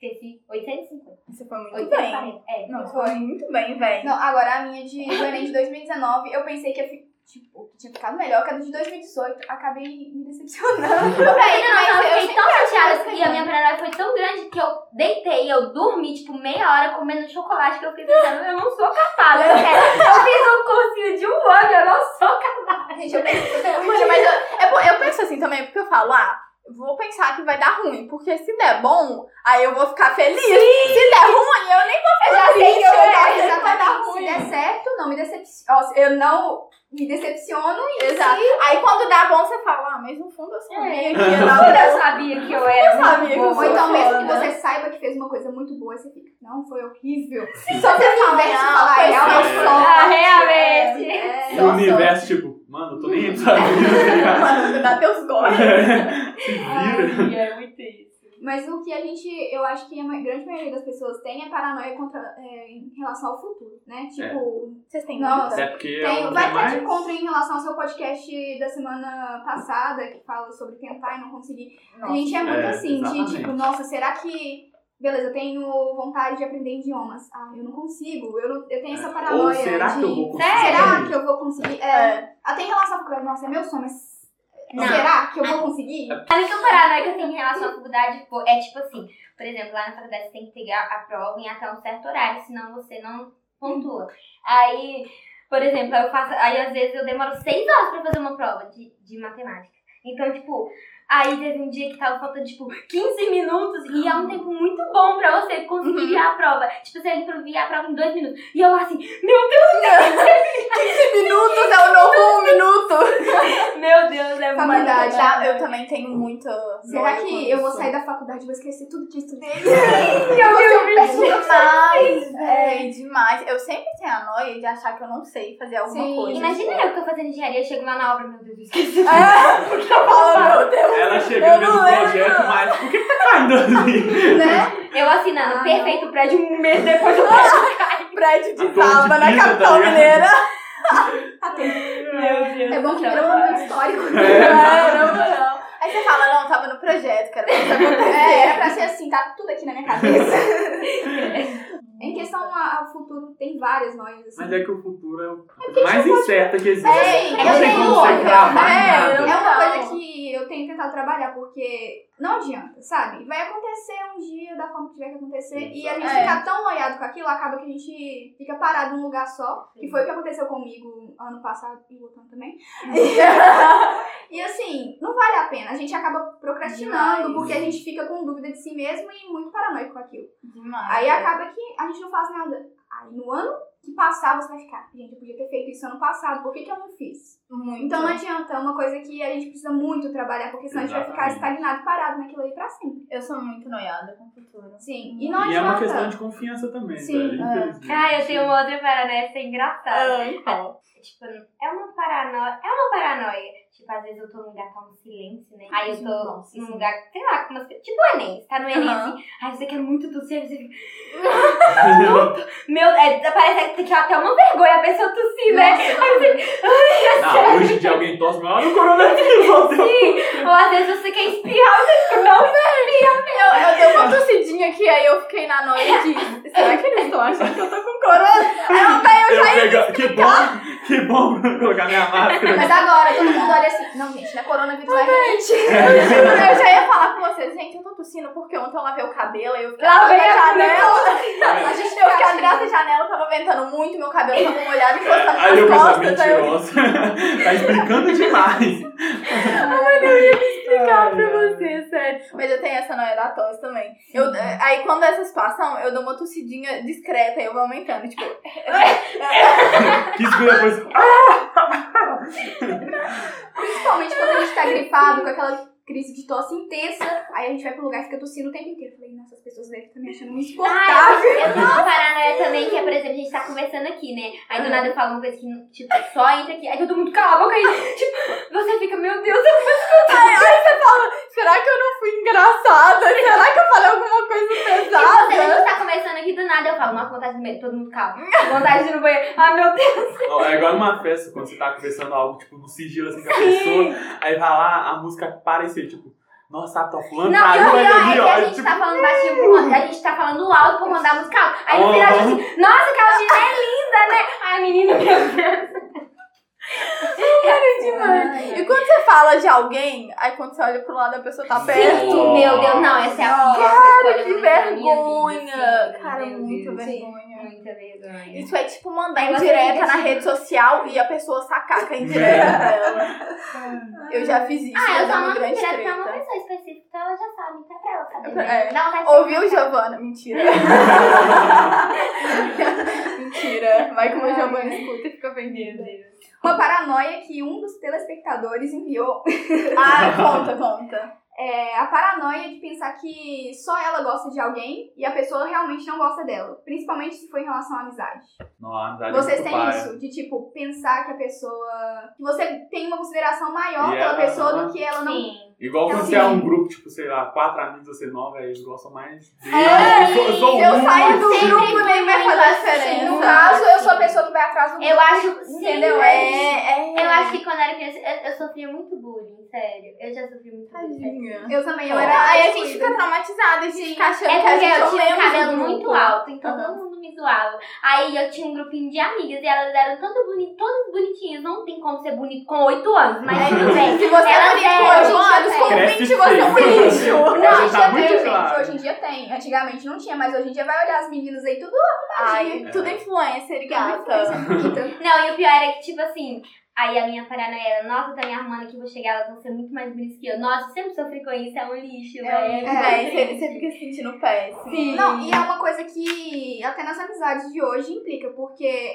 S4: Esqueci. 850.
S1: Você foi muito bem.
S4: 840. É.
S1: Não, foi muito bem, velho.
S3: Não, agora a minha de, do Enem de 2019, eu pensei que ia fi- tipo, que tinha ficado melhor que a de 2018. Acabei me decepcionando.
S4: Eu ainda não,
S3: Mas
S4: eu
S3: eu
S4: fiquei tão
S1: é,
S4: chateada
S3: achei
S4: e a minha paranoia foi tão grande que eu deitei, eu dormi, tipo, meia hora comendo chocolate que eu fiquei pensando, eu não sou capaz. Eu, quero- eu fiz um cursinho de um ano, eu não sou capaz.
S3: Gente, eu pensei que eu
S1: Gente, mas eu, é por- eu penso assim também, porque eu falo, ah, vou pensar que vai dar ruim, porque se der bom, aí eu vou ficar feliz. Se der ruim, eu nem vou ficar
S3: Eu já sei
S1: feliz.
S3: que eu já sei que vai
S1: exatamente.
S3: dar ruim. é, Se der certo, não me decepciono. Eu não me decepciono e
S1: Exato. Aí quando dá bom, você fala, ah, mas no fundo eu
S3: É.
S1: sabia que né? ia dar
S4: Quando eu
S1: bom.
S4: sabia que eu era.
S1: Eu sabia
S4: muito
S1: que
S4: boa.
S1: eu
S3: Ou então,
S1: Foda.
S3: mesmo que você saiba que fez uma coisa muito boa, você fica, não, foi horrível.
S1: Só você fala,
S3: Ao invés de
S1: "Ah,
S3: falar,
S1: foi
S3: é uma
S1: sorte."
S3: sorte.
S4: Ah, realmente.
S3: É,
S2: E
S3: é.
S2: o universo, tipo, mano, eu tô nem tá aí pra saber.
S1: Mano, dá teus gols.
S4: Ai, é muito isso.
S3: Mas o que a gente, eu acho que a ma- grande maioria das pessoas tem é paranoia contra, é, em relação ao futuro, né? Tipo,
S1: Vocês têm
S3: Não,
S1: nota?
S2: É porque É. eu
S3: tem,
S2: não
S3: vai
S2: tenho
S3: até de
S2: mais.
S3: encontro em relação ao seu podcast da semana passada, que fala sobre tentar e não conseguir. A gente é muito
S2: É,
S3: assim, de
S2: exatamente.
S3: tipo, nossa, será que. Beleza, eu tenho vontade de aprender idiomas. Ah, eu não consigo. Eu, não- eu tenho essa paranoia.
S2: É. Ou será
S3: de, É,
S2: que eu vou conseguir?
S3: Será que eu vou conseguir? É, Até em relação à faculdade, nossa, é meu sonho, mas.
S4: Não.
S3: Será que eu vou conseguir?
S2: É,
S4: Sabe é que o paranoia que eu tenho em relação à faculdade pô, é tipo assim, por exemplo, lá na faculdade você tem que pegar a prova em até um certo horário, senão você não pontua. Aí, por exemplo, eu faço. Aí às vezes eu demoro seis horas pra fazer uma prova de, de matemática. Então, tipo, aí teve um dia que tava faltando, tipo, 15 minutos e é um tempo muito bom pra você conseguir virar a prova. Tipo, você envia a prova em dois minutos. E eu lá assim, meu
S1: minutos é o novo um minuto.
S4: Deus, meu Deus, é muito
S3: Faculdade.
S1: Tá, eu também tenho muita.
S3: Será
S2: é um
S3: que eu vou sair da faculdade e vou esquecer tudo que eu estudei?
S4: É.
S1: Eu
S3: vi
S1: sou
S3: um vídeo
S1: demais, véi, demais. Eu sempre tenho a noia de achar que eu não sei fazer alguma
S3: Sim,
S1: coisa.
S4: Imagina eu que tô fazendo engenharia, eu chego lá na obra, meu Deus, eu esqueci.
S1: É, porque eu falo, meu Deus.
S2: Ela
S1: Eu
S2: chegando
S1: não
S2: no
S1: lembro.
S2: projeto, mas por que tá caindo ali?
S3: né?
S4: Eu assinando
S3: Ah,
S4: perfeito prédio um mês depois do prédio.
S1: Prédio de
S2: A torre de
S1: Salva na
S2: Pisa, tá
S1: capital
S2: ligado?
S1: mineira.
S4: Meu Deus.
S3: É bom que virou um momento histórico.
S1: É, não, não. Aí você fala, não, tava no projeto, cara, mas isso acontece.
S3: É, era pra ser assim, tá tudo aqui na minha cabeça. em questão a- ao futuro, tem várias noias, assim.
S2: Mas é que o futuro é o mais incerto que existe.
S3: tipo, É,
S2: não
S3: eu
S2: tem
S3: tenho
S2: como você
S3: outra,
S2: cravar
S1: é,
S2: nada.
S3: É uma
S1: Não.
S3: coisa que eu tenho tentado trabalhar, porque não adianta, sabe? Vai acontecer um dia da forma que tiver que acontecer, e a gente
S1: É.
S3: ficar tão noiado com aquilo, acaba que a gente fica parado num lugar só, que foi o que aconteceu comigo ano passado e o outro ano também. e assim, não vale a pena, a gente acaba procrastinando,
S1: Demais.
S3: porque a gente fica com dúvida de si mesmo e muito paranoico com aquilo.
S1: Demais.
S3: Aí acaba que a gente não faz nada. Aí no ano que passar, você vai ficar, gente, eu podia ter feito isso ano passado, por que, que eu não fiz?
S1: Muito.
S3: Então não adianta, é uma coisa que a gente precisa muito trabalhar, porque senão a gente vai
S2: Exatamente.
S3: ficar estagnado, parado naquilo ali pra sempre.
S1: eu sou muito noiada com o futuro.
S3: Sim, e não
S2: E é uma
S3: adianta.
S2: questão de confiança também,
S3: Sim,
S2: velho.
S1: é.
S2: Infelizmente.
S4: Ah, eu tenho outra paranoia, essa é engraçada.
S1: Ah, então.
S4: Tipo, é uma paranoia. É uma paranoia. Tipo, às vezes eu tô num lugar que tá um silêncio, né? Aí eu tô
S1: Nossa,
S4: num
S1: sim.
S4: lugar, sei lá, com umas. Tipo o Enem, você tá no Enem
S1: Aham.
S4: assim. Ai, você quer muito tossir, aí você fica. Meu, é, parece que tem até uma vergonha a pessoa tossir, né?
S3: um
S2: Ah, hoje em dia alguém tosse, mas olha o coronavírus, meu Deus.
S4: Ou às vezes você quer espirrar, você fica, não
S1: Eu, eu dei uma tossidinha aqui, aí eu fiquei na noite de. Será que eles estão achando que eu tô com corona?
S2: Eu pego- Que bom, que bom pra colocar minha máscara.
S3: Mas agora todo mundo olha assim, não, gente, não é coronavírus, vai
S1: Gente, eu já ia falar com vocês, gente, eu tô tossindo porque ontem eu lavei o cabelo, aí eu fiquei
S4: Lavei
S1: atrás da
S4: a cabeça.
S1: A gente eu fiquei atrás
S3: assim.
S1: da janela, tava ventando muito, meu cabelo tava molhado, encostando
S2: Aí eu
S1: nas
S2: pensava,
S1: costas. aí eu
S2: mentirosa. tá explicando demais.
S1: vou explicar pra
S2: Ai, ai.
S1: vocês, sério. Mas eu tenho essa noia da tosse também. Eu, aí quando é essa situação, eu dou uma tossidinha discreta e eu vou aumentando. Tipo,
S2: Que isso que depois.
S3: Principalmente quando a gente tá gripado, com aquela crise de tosse intensa, aí a gente vai pro lugar e fica tossindo o tempo inteiro. Eu Falei, nossa, as pessoas devem estar me achando muito
S4: Ah,
S3: insuportável.
S4: eu, eu tenho uma paranoia também, que é, por exemplo, a gente tá conversando aqui, né? Aí do nada eu falo uma coisa que, não- tipo, só entra aqui. Aí todo mundo cala a boca aí, tipo, você fica, meu Deus, eu
S1: será que eu não fui engraçada? Será que eu falei alguma coisa
S4: não sei. A
S1: pesada?
S4: gente tá conversando aqui do nada, eu falo, nossa, vontade de medo, todo mundo cala. Vontade de ir no banheiro. Ah, meu Deus.
S2: Ó, é igual numa festa, quando você tá conversando algo, tipo, no sigilo assim com a pessoa, aí vai lá, a música parecer, tipo, nossa, tá
S4: Não,
S2: fulano,
S4: e o
S2: caiu
S4: pior
S2: ele ali, ó.
S4: é que a
S2: e,
S4: gente
S2: tipo,
S4: tá falando baixinho, por conta- a gente tá falando alto pra mandar música alta. Aí no final a gente, nossa, aquela menina é linda, né? Ai, a menina, meu Deus.
S1: E quando você fala de alguém, aí quando você olha pro lado, a pessoa tá perto.
S2: Sim,
S4: Meu Deus, não, essa é a pior
S1: Cara,
S4: escolha
S1: que
S4: da minha vida,
S1: vergonha!
S4: assim,
S1: Cara,
S4: meu
S1: muito
S4: Deus.
S1: vergonha.
S4: Muita vergonha.
S1: Isso é tipo mandar
S4: Aí você
S1: indireta
S4: fica
S1: na
S4: assim.
S1: rede social e a pessoa sacar que é indireta pra ela. Eu já fiz isso,
S4: Ah, eu
S1: mas é
S4: só
S1: uma
S4: mando
S1: grande
S4: direto pra uma
S1: treta.
S4: pessoa específica, então ela já sabe, então é pra ela saber.
S1: É.
S4: né? Dá vontade de
S1: Ouviu,
S4: saber.
S1: Giovana? Mentira. Mentira. Vai que uma Giovana escuta e fica ofendida.
S3: Uma paranoia que um dos telespectadores enviou
S1: Ah, conta, conta.
S3: É a paranoia de pensar que só ela gosta de alguém e a pessoa realmente não gosta dela. Principalmente se for em relação à amizade.
S2: Não, a amizade é
S3: Vocês
S2: muito
S3: têm
S2: paia.
S3: isso? De tipo, pensar que a pessoa. que você tem uma consideração maior
S2: E
S3: pela
S2: ela-
S3: pessoa do que ela não.
S4: Sim.
S2: Igual
S3: É
S2: quando
S3: assim.
S2: você é um grupo, tipo, sei lá, quatro amigos, você é nove, aí eles gostam mais dele.
S1: É,
S2: eu sou, eu sou
S1: Eu
S2: um,
S1: saio do
S4: Sempre
S1: grupo, nem vai
S4: muito
S1: fazer
S4: assim,
S1: diferença.
S3: No caso, eu sou a pessoa que vai atrás do
S4: Eu acho.
S1: Entendeu?
S4: Sim,
S1: É, é.
S4: Eu acho que quando era criança, eu, eu sofria muito bullying, sério. Eu já sofri muito bullying. sério.
S1: Tadinha.
S3: Eu também, eu era.
S1: É. Aí a
S3: descuida.
S1: gente fica traumatizada, a gente fica achando
S4: É
S1: que a
S4: porque
S1: gente
S4: eu
S1: não
S4: tinha um
S1: lembra do
S4: cabelo
S1: grupo.
S4: muito alto, então
S1: Aham.
S4: todo mundo me zoava. Aí eu tinha um grupinho de amigas e elas eram todas bonitas, todas bonitinhas. Não tem como ser bonito com 8 anos, mas tudo bem.
S1: Se você
S4: Ela
S1: é bonito
S4: tem,
S1: com oito
S4: gente,
S1: anos, com
S2: Cresce
S1: 20 você é um
S2: feio.
S1: lixo.
S2: Ela
S3: Não,
S2: já
S3: hoje
S2: tá
S3: em dia
S2: muito
S3: tem, gente.
S2: clara.
S3: Hoje em dia tem. Antigamente não tinha, mas hoje em dia vai olhar as meninas aí, tudo
S1: Ai,
S2: É.
S1: tudo influencer,
S3: influencer
S1: gata.
S3: bonita.
S4: Não, e o pior era que, tipo assim, aí a minha paranoia era, nossa, tá me arrumando que eu vou chegar, elas vão ser muito mais bonitas que eu. Nossa, eu sempre sofri com isso, é um lixo, velho.
S1: É, você- você fica se sentindo péssimo.
S4: Sim.
S3: Não, e é uma coisa que até nas amizades de hoje implica, porque.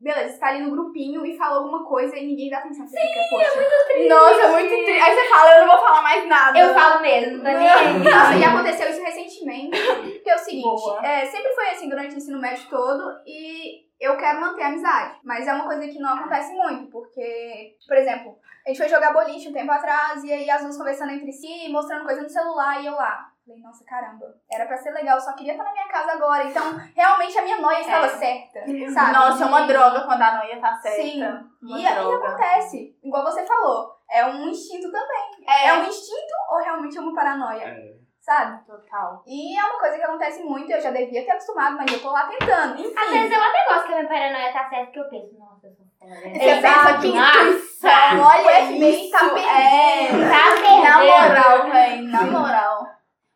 S3: Beleza, você tá ali no grupinho e fala alguma coisa e ninguém dá atenção. Você fica, poxa.
S1: Nossa, é muito triste. Aí você fala, eu não vou falar mais nada.
S4: Eu falo mesmo, não tô nem aí.
S3: Nossa, e aconteceu isso recentemente. Que é o seguinte,
S1: Boa.
S3: é, sempre foi assim durante o ensino médio todo e eu quero manter a amizade. Mas é uma coisa que não acontece muito, porque, por exemplo, a gente foi jogar boliche um tempo atrás e aí as duas conversando entre si, mostrando coisa no celular e eu lá. Falei, nossa, caramba, era pra ser legal, eu só queria estar na minha casa agora. Então, realmente a minha noia estava
S4: É.
S3: certa, sabe?
S1: Nossa, é uma
S3: E-
S1: droga quando a noia tá certa.
S3: Sim.
S1: Uma
S3: E, e
S1: droga.
S3: acontece, igual você falou, é um instinto também. É, um instinto ou realmente é uma paranoia?
S2: É.
S3: sabe?
S1: Total.
S3: E é uma coisa que acontece muito, eu já devia ter acostumado, mas eu tô lá tentando.
S4: Às
S3: Enfim.
S4: vezes eu até gosto que a minha paranoia tá certa, porque eu penso, nossa, eu sou foda. Ah,
S1: Você pensa que intuição.
S3: Olha,
S1: é
S3: o FBI tá
S1: isso, É,
S3: perdendo.
S4: Tá
S1: Na
S4: perdendo.
S1: moral, véi, na
S2: Sim.
S1: moral.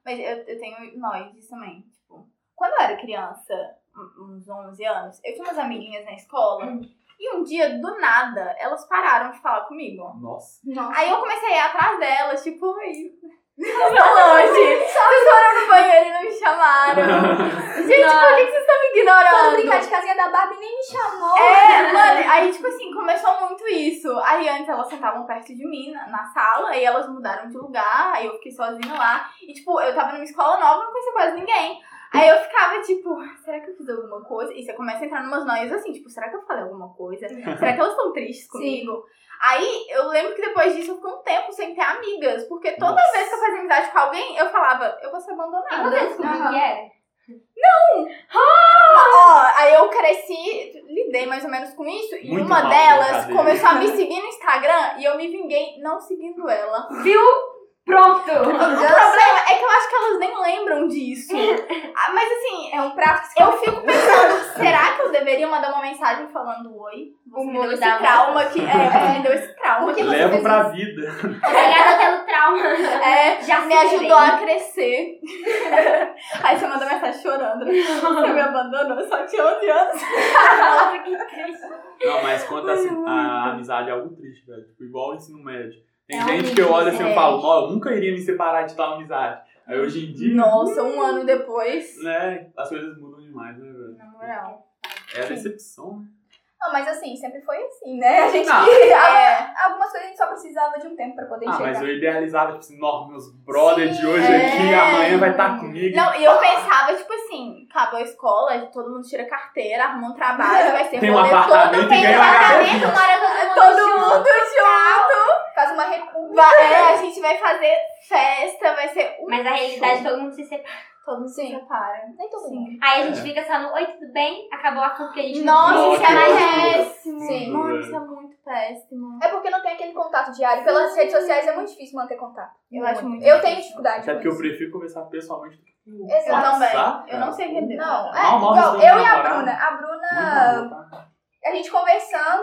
S1: Mas eu, eu tenho nós disso também. Tipo, quando eu era criança, um- uns 11 anos, eu tinha umas amiguinhas na escola.
S3: Hum.
S1: E um dia, do nada, elas pararam de falar comigo.
S2: Nossa.
S3: Nossa.
S1: Aí eu comecei a ir atrás delas, tipo, oi. Vocês estão longe. Vocês foram no banheiro e não me chamaram. Gente, por que que vocês estão me
S3: Quando
S1: ignorando?
S3: brincar de casinha da Barbie nem me chamou.
S1: É, mano, aí, tipo assim, começou muito isso. Aí antes elas sentavam perto de mim na, na sala, aí elas mudaram de lugar, aí eu fiquei sozinha lá. E, tipo, eu tava numa escola nova, não conhecia quase ninguém. Aí eu ficava, tipo, será que eu fiz alguma coisa? E você começa a entrar numas noias assim, tipo, será que eu falei alguma coisa? Será que elas estão tristes comigo? Aí eu lembro que depois disso eu fiquei um tempo sem ter amigas, porque toda
S2: Nossa.
S1: vez que eu fazia amizade com alguém, eu falava, eu vou ser abandonada.
S4: E você descobriu o que é? era?
S1: Ó, aí eu cresci, lidei mais ou menos com isso, e
S2: Muito
S1: uma
S2: mal,
S1: delas
S2: brincadeira.
S1: começou a me seguir no Instagram e eu me vinguei não seguindo ela.
S4: Viu? Pronto.
S1: O problema é que eu acho que elas nem lembram disso. Ah, Mas assim,
S3: É um prato que se
S1: eu fico pensando, será que eu deveria mandar uma mensagem falando oi? Você me
S4: Humor
S1: deu esse
S4: da
S1: trauma que. É, você me deu esse trauma que
S3: Porque-
S1: um você
S2: Levo
S3: fez
S2: pra vida.
S4: Obrigada pelo trauma.
S1: é,
S4: Já
S1: me ajudou a crescer. Aí você manda mensagem chorando. Você me abandonou, eu só tinha 11 anos.
S4: Nossa, que triste.
S2: Não, mas quanto a, assim, a amizade é algo triste, velho. Tipo, igual o ensino médio. Tem
S4: É
S2: gente
S4: horrível,
S2: que eu olho assim e
S1: é.
S2: eu falo, ó, eu nunca iria me separar de tal amizade. Aí hoje em dia,
S1: Nossa, um ano depois.
S2: né, as coisas mudam demais, né, velho?
S1: Na moral.
S2: É a decepção, né?
S3: Não, mas assim, sempre foi assim, né? A gente.
S2: Ah.
S3: Algu- Algumas coisas a gente só precisava de um tempo pra poder
S2: Ah,
S3: chegar.
S2: mas eu idealizava, tipo assim, nossa, meus brothers de hoje
S1: é.
S2: aqui, amanhã vai estar comigo.
S1: Não, e eu pensava, tipo assim, acabou a escola, todo mundo tira carteira, arruma um trabalho, vai ser
S2: Tem um
S1: rolê
S2: apartamento
S1: todo
S2: e ganha uma
S1: apartamento, mora todo mundo. um Todo mundo junto.
S3: Faz uma república.
S1: Vai- é, a gente vai fazer festa, vai ser um.
S4: Mas a realidade, todo mundo se separa.
S1: Todo mundo se
S3: Sim.
S1: separa.
S3: Nem todo
S1: Sim.
S3: mundo.
S4: Aí a gente
S2: É.
S4: fica só no Oi, tudo bem? Acabou a culpa que a gente não Então,
S1: Nossa, isso é
S2: Nossa, que
S1: péssimo.
S2: Sim.
S1: Mano, isso é muito péssimo.
S3: É porque não tem aquele contato diário. Pelas redes sociais é muito difícil manter contato.
S1: Eu acho muito
S3: Eu
S1: difícil.
S3: tenho dificuldade.
S2: Até
S3: com
S2: É porque eu
S3: isso.
S2: prefiro conversar pessoalmente do que com
S3: Exato.
S1: Eu
S2: WhatsApp,
S1: também. Eu não sei render.
S3: Não, é.
S2: Mal, mal
S3: igual,
S2: resolvi
S3: eu e a
S2: namorar.
S3: Bruna. A
S2: cara.
S3: Bruna,
S2: Muito mal, tá?
S3: a gente conversando.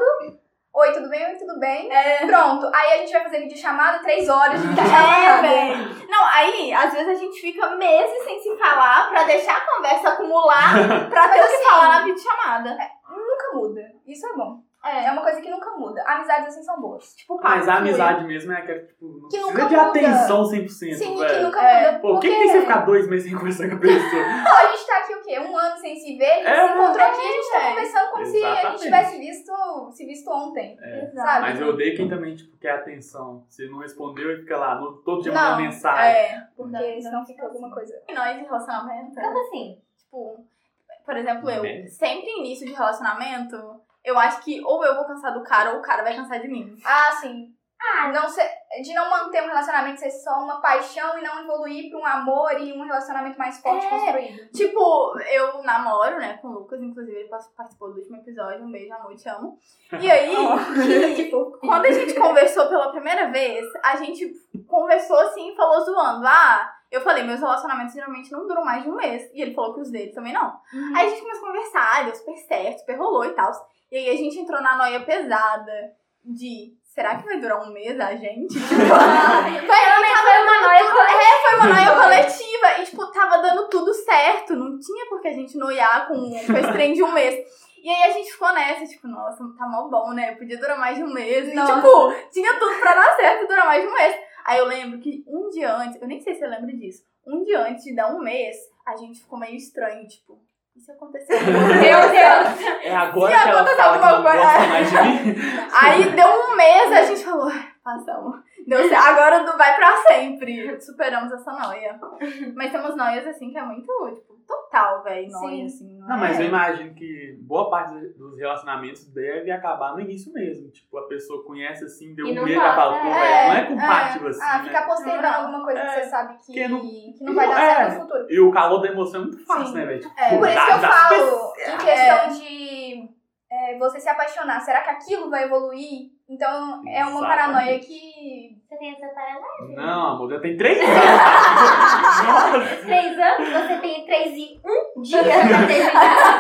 S3: Oi, tudo bem? Oi, tudo bem?
S1: É.
S3: Pronto. Aí a gente vai fazer videochamada, três horas de
S1: É,
S3: videochamada.
S1: velho. Não, aí, às vezes a gente fica meses sem se falar pra deixar a conversa acumular pra ter o
S3: Mas
S1: que
S3: assim,
S1: falar na videochamada.
S3: Nunca muda. Isso é bom.
S1: É.
S3: É uma coisa que nunca muda. Amizades assim são boas.
S1: Tipo,
S2: Mas
S1: papo
S2: a
S1: fluido.
S2: amizade mesmo é aquela, tipo, não
S3: Que
S2: precisa
S3: nunca
S2: de
S3: muda.
S2: atenção 100%,
S3: Sim,
S2: velho.
S3: que nunca
S1: É.
S3: muda.
S2: tipo, Pô,
S3: porque...
S2: quem tem que você ficar dois meses sem conversar com a pessoa?
S3: Pô, a gente tá aqui o quê? Um ano sem se ver, a gente
S2: É,
S3: se encontrou aqui, a gente tá
S1: é.
S3: conversando como se a gente
S2: Exatamente.
S3: tivesse visto, se visto ontem.
S2: É.
S3: Sabe?
S2: Mas eu odeio quem também, tipo, quer atenção. Se não respondeu e fica lá, no- todo dia
S1: Não,
S2: mandando mensagem.
S1: É.
S3: Porque senão fica alguma coisa.
S1: E nós em relacionamento, né?
S4: Como assim?
S1: tipo, por exemplo,
S2: Bem.
S1: eu, sempre início de relacionamento, eu acho que ou eu vou cansar do cara ou o cara vai cansar de mim.
S3: Ah, sim.
S4: Ah,
S3: Não ser- de não manter um relacionamento ser só uma paixão e não evoluir pra um amor e um relacionamento mais forte
S1: É.
S3: construído.
S1: Tipo, eu namoro, né, com o Lucas, inclusive ele participou do último episódio, um beijo, amor, te amo. E aí,
S3: Tipo,
S1: Quando a gente conversou pela primeira vez, a gente conversou assim e falou zoando. Ah, eu falei, meus relacionamentos geralmente não duram mais de um mês. E ele falou que os dele também
S3: Uhum.
S1: não. Aí a gente começou a conversar, deu super certo, super rolou e tal. E aí a gente entrou na noia pesada de. Será que vai durar um mês a gente? Tipo, vai,
S4: Realmente É, foi uma noia com
S1: foi uma noia coletiva. E, tipo, tava dando tudo certo. Não tinha por que a gente noiar com, com esse trem de um mês. E aí a gente ficou nessa, tipo, nossa, tá mal bom, né? Podia durar mais de um mês. E,
S3: Nossa.
S1: tipo, tinha tudo pra dar certo e durar mais de um mês. Aí eu lembro que um dia antes, eu nem sei se você lembra disso, um dia antes de dar um mês, a gente ficou meio estranho, tipo, e se acontecer?
S4: Meu Deus.
S2: É agora
S1: Se
S2: que ela
S1: aconteceu
S2: fala que não
S1: alguma coisa-
S2: gosta mais de mim.
S1: Aí deu um mês, a gente falou, "Ah, passamos. Deu certo. Agora não vai pra sempre. Superamos essa noia. Mas temos noias assim que é muito, tipo, total, velho. Noia,
S3: Sim.
S1: assim.
S2: Não, mas
S1: é.
S2: eu imagino que boa parte dos relacionamentos deve acabar no início mesmo. Tipo, a pessoa conhece assim, deu
S4: E
S2: um
S4: não
S2: medo, ela
S4: fala,
S2: fala, pô,
S4: é,
S2: velho, não é
S1: tá, é.
S2: compatível assim.
S3: ah,
S2: né?
S3: ficar postando
S1: Não, não.
S3: alguma coisa que
S2: É.
S3: você sabe que,
S2: Que
S3: que,
S2: não-
S3: não, vai
S2: não
S3: dar
S2: é.
S3: certo no futuro.
S2: E o calor da emoção é muito fácil,
S1: Sim.
S2: né, velho? Tipo,
S1: É.
S3: Por isso que
S2: dá-
S3: eu
S2: dá-
S3: falo em questão de é, você se apaixonar. Será que aquilo vai evoluir? Então é uma
S2: Exatamente.
S3: paranoia que
S4: Você tem essa parada?
S2: Não, amor, já tem três anos. Nossa.
S4: Três anos, você tem três e um dia pra terminar.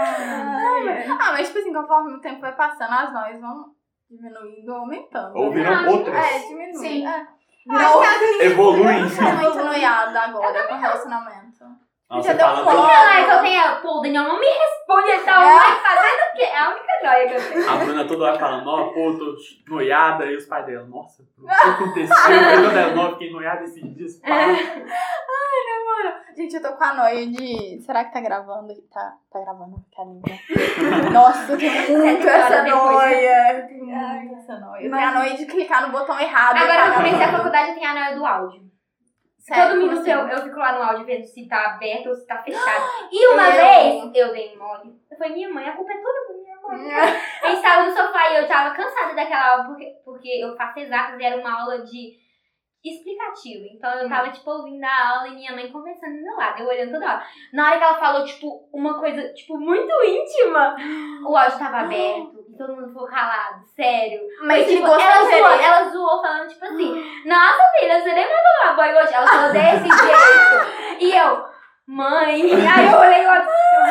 S1: Ah, mas tipo assim, conforme o tempo vai passando, as nós vão diminuindo ou aumentando.
S2: Ou
S1: né?
S2: viram
S4: Ah,
S2: outras.
S1: É, diminui.
S3: Sim.
S1: É.
S3: Não.
S1: Acho que a gente
S2: Evoluem.
S1: tá muito noiada agora com relacionamento.
S2: Nossa,
S1: Já deu
S2: falando-
S1: fome.
S4: Então, aí que eu tenho, pô, o Daniel então não me responde, ele
S1: É.
S4: tá online fazendo o quê? É a única noia que eu tenho.
S2: A Bruna toda hora falando, ó, pô, tô noiada. E os pais dela, nossa, o que aconteceu? Eu toda hora, "Não, fiquei noiada esses dias. pá."
S4: É.
S1: Gente, eu tô com a noia de. Será que tá gravando? Tá, tá gravando, tá linda. Nossa, eu tenho muito essa noia. Eu tenho muito essa noia. Eu tenho a noia de clicar no botão errado.
S4: Agora que eu comecei a
S1: Caramba.
S4: faculdade, eu tenho a noia do áudio.
S1: Sério,
S4: Todo
S1: como
S4: minuto
S1: assim?
S4: eu, eu fico lá no áudio vendo se tá aberto ou se tá fechado. E uma
S1: Eu-
S4: vez eu dei mole. Eu falei, minha mãe, a culpa é toda da minha mãe. A gente tava no sofá e eu tava cansada daquela aula, porque, porque eu faço exatas e era uma aula de explicativo. Então eu tava, tipo, ouvindo a aula e minha mãe conversando do meu lado, eu olhando toda hora. Na hora que ela falou, tipo, uma coisa, tipo, muito íntima, o áudio tava aberto e todo mundo ficou calado, sério.
S1: Mas
S4: Foi,
S1: ele
S4: tipo,
S1: gostou
S4: ela
S1: de
S4: zoou,
S1: querer.
S4: ela zoou falando, tipo assim, nossa filha, você nem vai tomar banho hoje. Ela falou desse jeito. E eu, mãe. Aí eu olhei lá,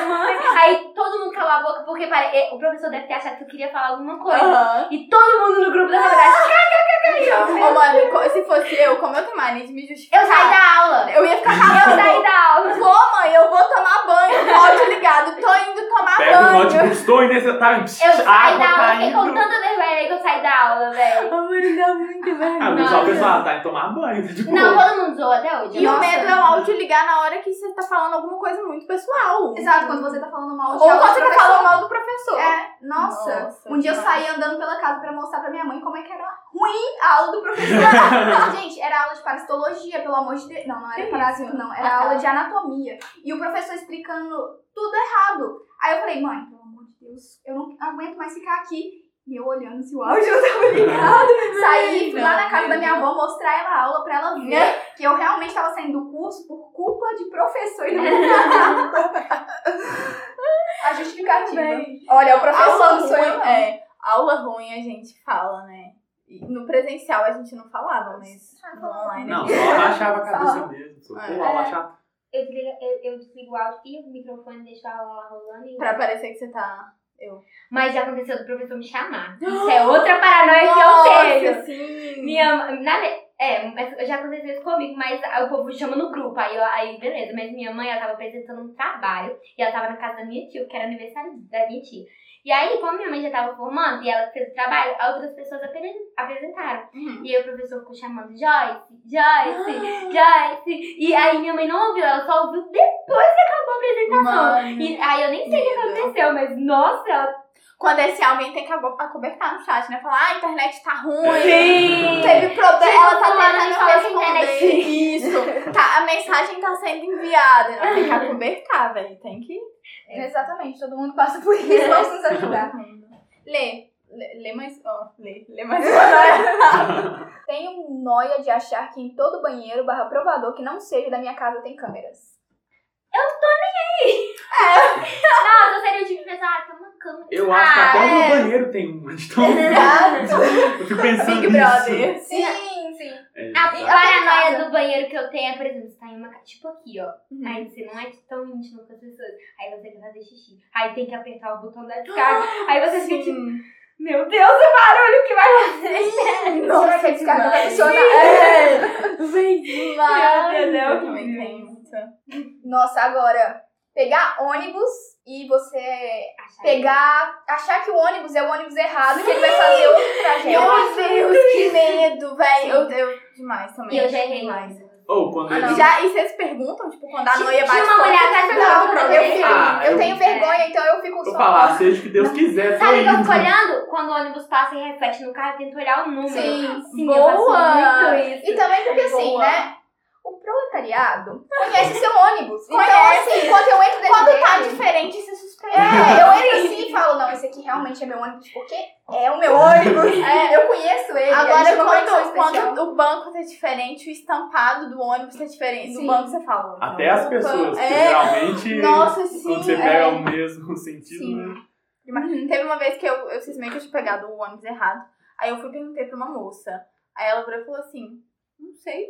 S4: mãe. Aí todo mundo calou a boca, porque pare- eh, o professor deve ter achado que eu queria falar alguma coisa.
S1: Aham. Ah!
S4: E todo mundo no grupo da faculdade.
S1: Ô, mano, co- se fosse eu, como eu tenho mania de me justificar.
S4: Eu saí da aula.
S1: Eu ia ficar
S4: Eu
S1: calada.
S4: saí da aula.
S1: Vou, mãe, eu vou tomar banho. Pode ligado. Tô indo tomar
S2: Pega um o
S1: banho.
S2: notebook, estou inexcitável.
S1: Ah,
S4: Eu saí
S2: água
S4: da aula, fiquei
S2: caindo.
S4: com tanta vergonha que eu saí da aula, velho.
S1: Amor, me dá muito
S2: Ah,
S1: vergonha.
S2: mas só o pessoal tá em tomar banho. Tipo,
S4: Não, todo mundo zoou até hoje.
S1: E o
S4: Nossa.
S1: medo é o áudio ligar na hora que você tá falando alguma coisa muito pessoal.
S3: Exato, quando você tá falando mal
S1: Ou
S3: de
S1: quando
S3: alguém,
S1: você tá
S3: professor.
S1: falando mal do professor.
S3: É, nossa.
S1: Nossa,
S3: um dia eu
S1: nossa.
S3: saí andando pela casa pra mostrar pra minha mãe como é que era ruim a aula do professor. Gente, era aula de parasitologia, pelo amor de Deus. Não, não era
S1: Que
S3: parasito, não. Era
S1: Ah, tá.
S3: aula de anatomia. E o professor explicando tudo errado. Aí eu falei, mãe, pelo amor de Deus, eu não aguento mais ficar aqui. E eu olhando se o áudio não tava ligado. Saí, fui lá na casa da minha avó mostrar ela a aula pra ela ver que eu realmente tava saindo do curso por culpa de professor e não por nada. A justificativa.
S1: Olha, o professor
S3: Aula
S1: ruim,
S3: sou eu, não.
S1: é, aula ruim a gente fala, né? E No presencial a gente não falava, mas no online.
S2: Não, só abaixava a cabeça mesmo. Pô,
S1: É.
S2: abaixava.
S4: Eu desligo, eu, eu desligo o áudio e o microfone, deixo a aula lá rolando e.
S1: Pra parecer que você tá.
S4: Mas já aconteceu do professor me chamar. Isso é outra paranoia que eu tenho.
S1: Nossa, sim.
S4: Minha, na, le- é, mas já aconteceu isso comigo, mas o povo chama no grupo. Aí, eu- aí, beleza. Mas minha mãe, ela tava apresentando um trabalho e ela tava na casa da minha tia, porque era aniversário da minha tia. E aí, como minha mãe já tava formando e ela fez o trabalho, outras pessoas apre- apresentaram.
S1: Uhum.
S4: E aí o professor ficou chamando Joyce, Joyce, Joyce. E aí minha mãe não ouviu, ela só ouviu depois que acabou a apresentação.
S1: Mano.
S4: E, aí eu nem sei o que
S1: Medo.
S4: aconteceu, mas nossa, ela.
S1: Quando é assim, alguém tem que abo- acobertar no chat, né? Falar, ah, a internet tá ruim.
S4: Sim!
S1: Teve problema,
S4: Tipo,
S1: ela tá
S4: fulano me
S1: tentando
S4: falou que a internet-
S1: responder. Isso. Tá, a mensagem tá sendo enviada. Não, tem que acobertar, velho. Tem que.
S3: Exatamente, todo mundo passa por isso, vamos nos ajudar.
S1: Lê. Lê, lê mais. Ó, lê. Lê mais uma noia.
S3: Tenho um noia de achar que em todo banheiro barra provador que não seja da minha casa tem câmeras.
S4: Nossa, eu seria o tipo de pessoa, ah, tem uma câmera.
S2: Eu acho que até
S1: Ah,
S2: no
S1: é.
S2: banheiro tem um. Então, eu fico pensando
S1: Big
S2: nisso.
S1: Brother.
S3: Sim, sim.
S2: É,
S4: A
S2: tá.
S4: paranoia do banheiro que eu tenho é, por exemplo, você tá em uma ca- tipo aqui, ó.
S1: Uhum.
S4: Aí você não é tão íntimo com as pessoas. Aí você quer fazer xixi. Aí tem que apertar o botão
S3: Ah,
S4: da descarga. Aí você fica tipo, meu Deus, o barulho que vai fazer.
S3: Será que a descarga vai
S1: demais.
S3: funcionar?
S4: É.
S1: Vem
S4: lá.
S1: Eu também
S4: Meu
S1: tenho muito.
S3: Nossa, agora, pegar ônibus e você pegar. achar que o ônibus é o ônibus errado, que ele vai fazer outro trajeto.
S1: Meu Deus, que medo, velho. Eu, eu demais
S4: E
S1: também.
S4: eu já errei
S1: demais.
S4: mais.
S2: Ou quando
S4: Ah,
S1: E
S2: ele-
S1: Já, e vocês perguntam, tipo, quando a noia bate
S4: Tinha uma
S1: forte,
S4: mulher atrás
S1: vocês
S4: da
S1: perguntam
S4: outra
S1: pra
S4: também.
S1: alguém.
S2: Ah,
S3: Eu
S2: eu-
S3: tenho vergonha, então eu fico
S2: Eu
S3: só.
S2: falar, seja o que Deus quiser.
S4: Sabe o que eu
S2: foi
S4: fico
S2: isso.
S4: olhando? Quando o ônibus passa e reflete no carro, eu tento olhar o número.
S3: Sim.
S4: Sim, eu faço
S1: Boa!
S4: muito isso.
S3: E também porque assim,
S1: Boa.
S3: né? O proletariado conhece seu ônibus. Então,
S1: Conhece.
S3: assim, quando eu entro dentro
S1: Quando tá
S3: dele-
S1: diferente, se suspeita.
S3: É, eu entro assim e falo, não, esse aqui realmente é meu ônibus, porque é o meu ônibus. É, eu conheço ele. a
S1: Agora,
S3: gente tem uma conexão
S1: quando,
S3: especial.
S1: quando o banco tá diferente, o estampado do ônibus tá diferente. Do
S3: Sim.
S1: banco você fala.
S2: Até as
S1: "Opa,
S2: pessoas, que
S1: É.
S2: geralmente,
S1: Nossa, sim.
S2: quando você
S1: é.
S2: pega o mesmo sentido,
S1: Sim.
S2: né?
S1: Demais. Teve uma vez que eu, eu cismei que eu tinha pegado o ônibus errado. Aí eu fui perguntei pra uma moça. Aí ela virou e falou assim: não sei.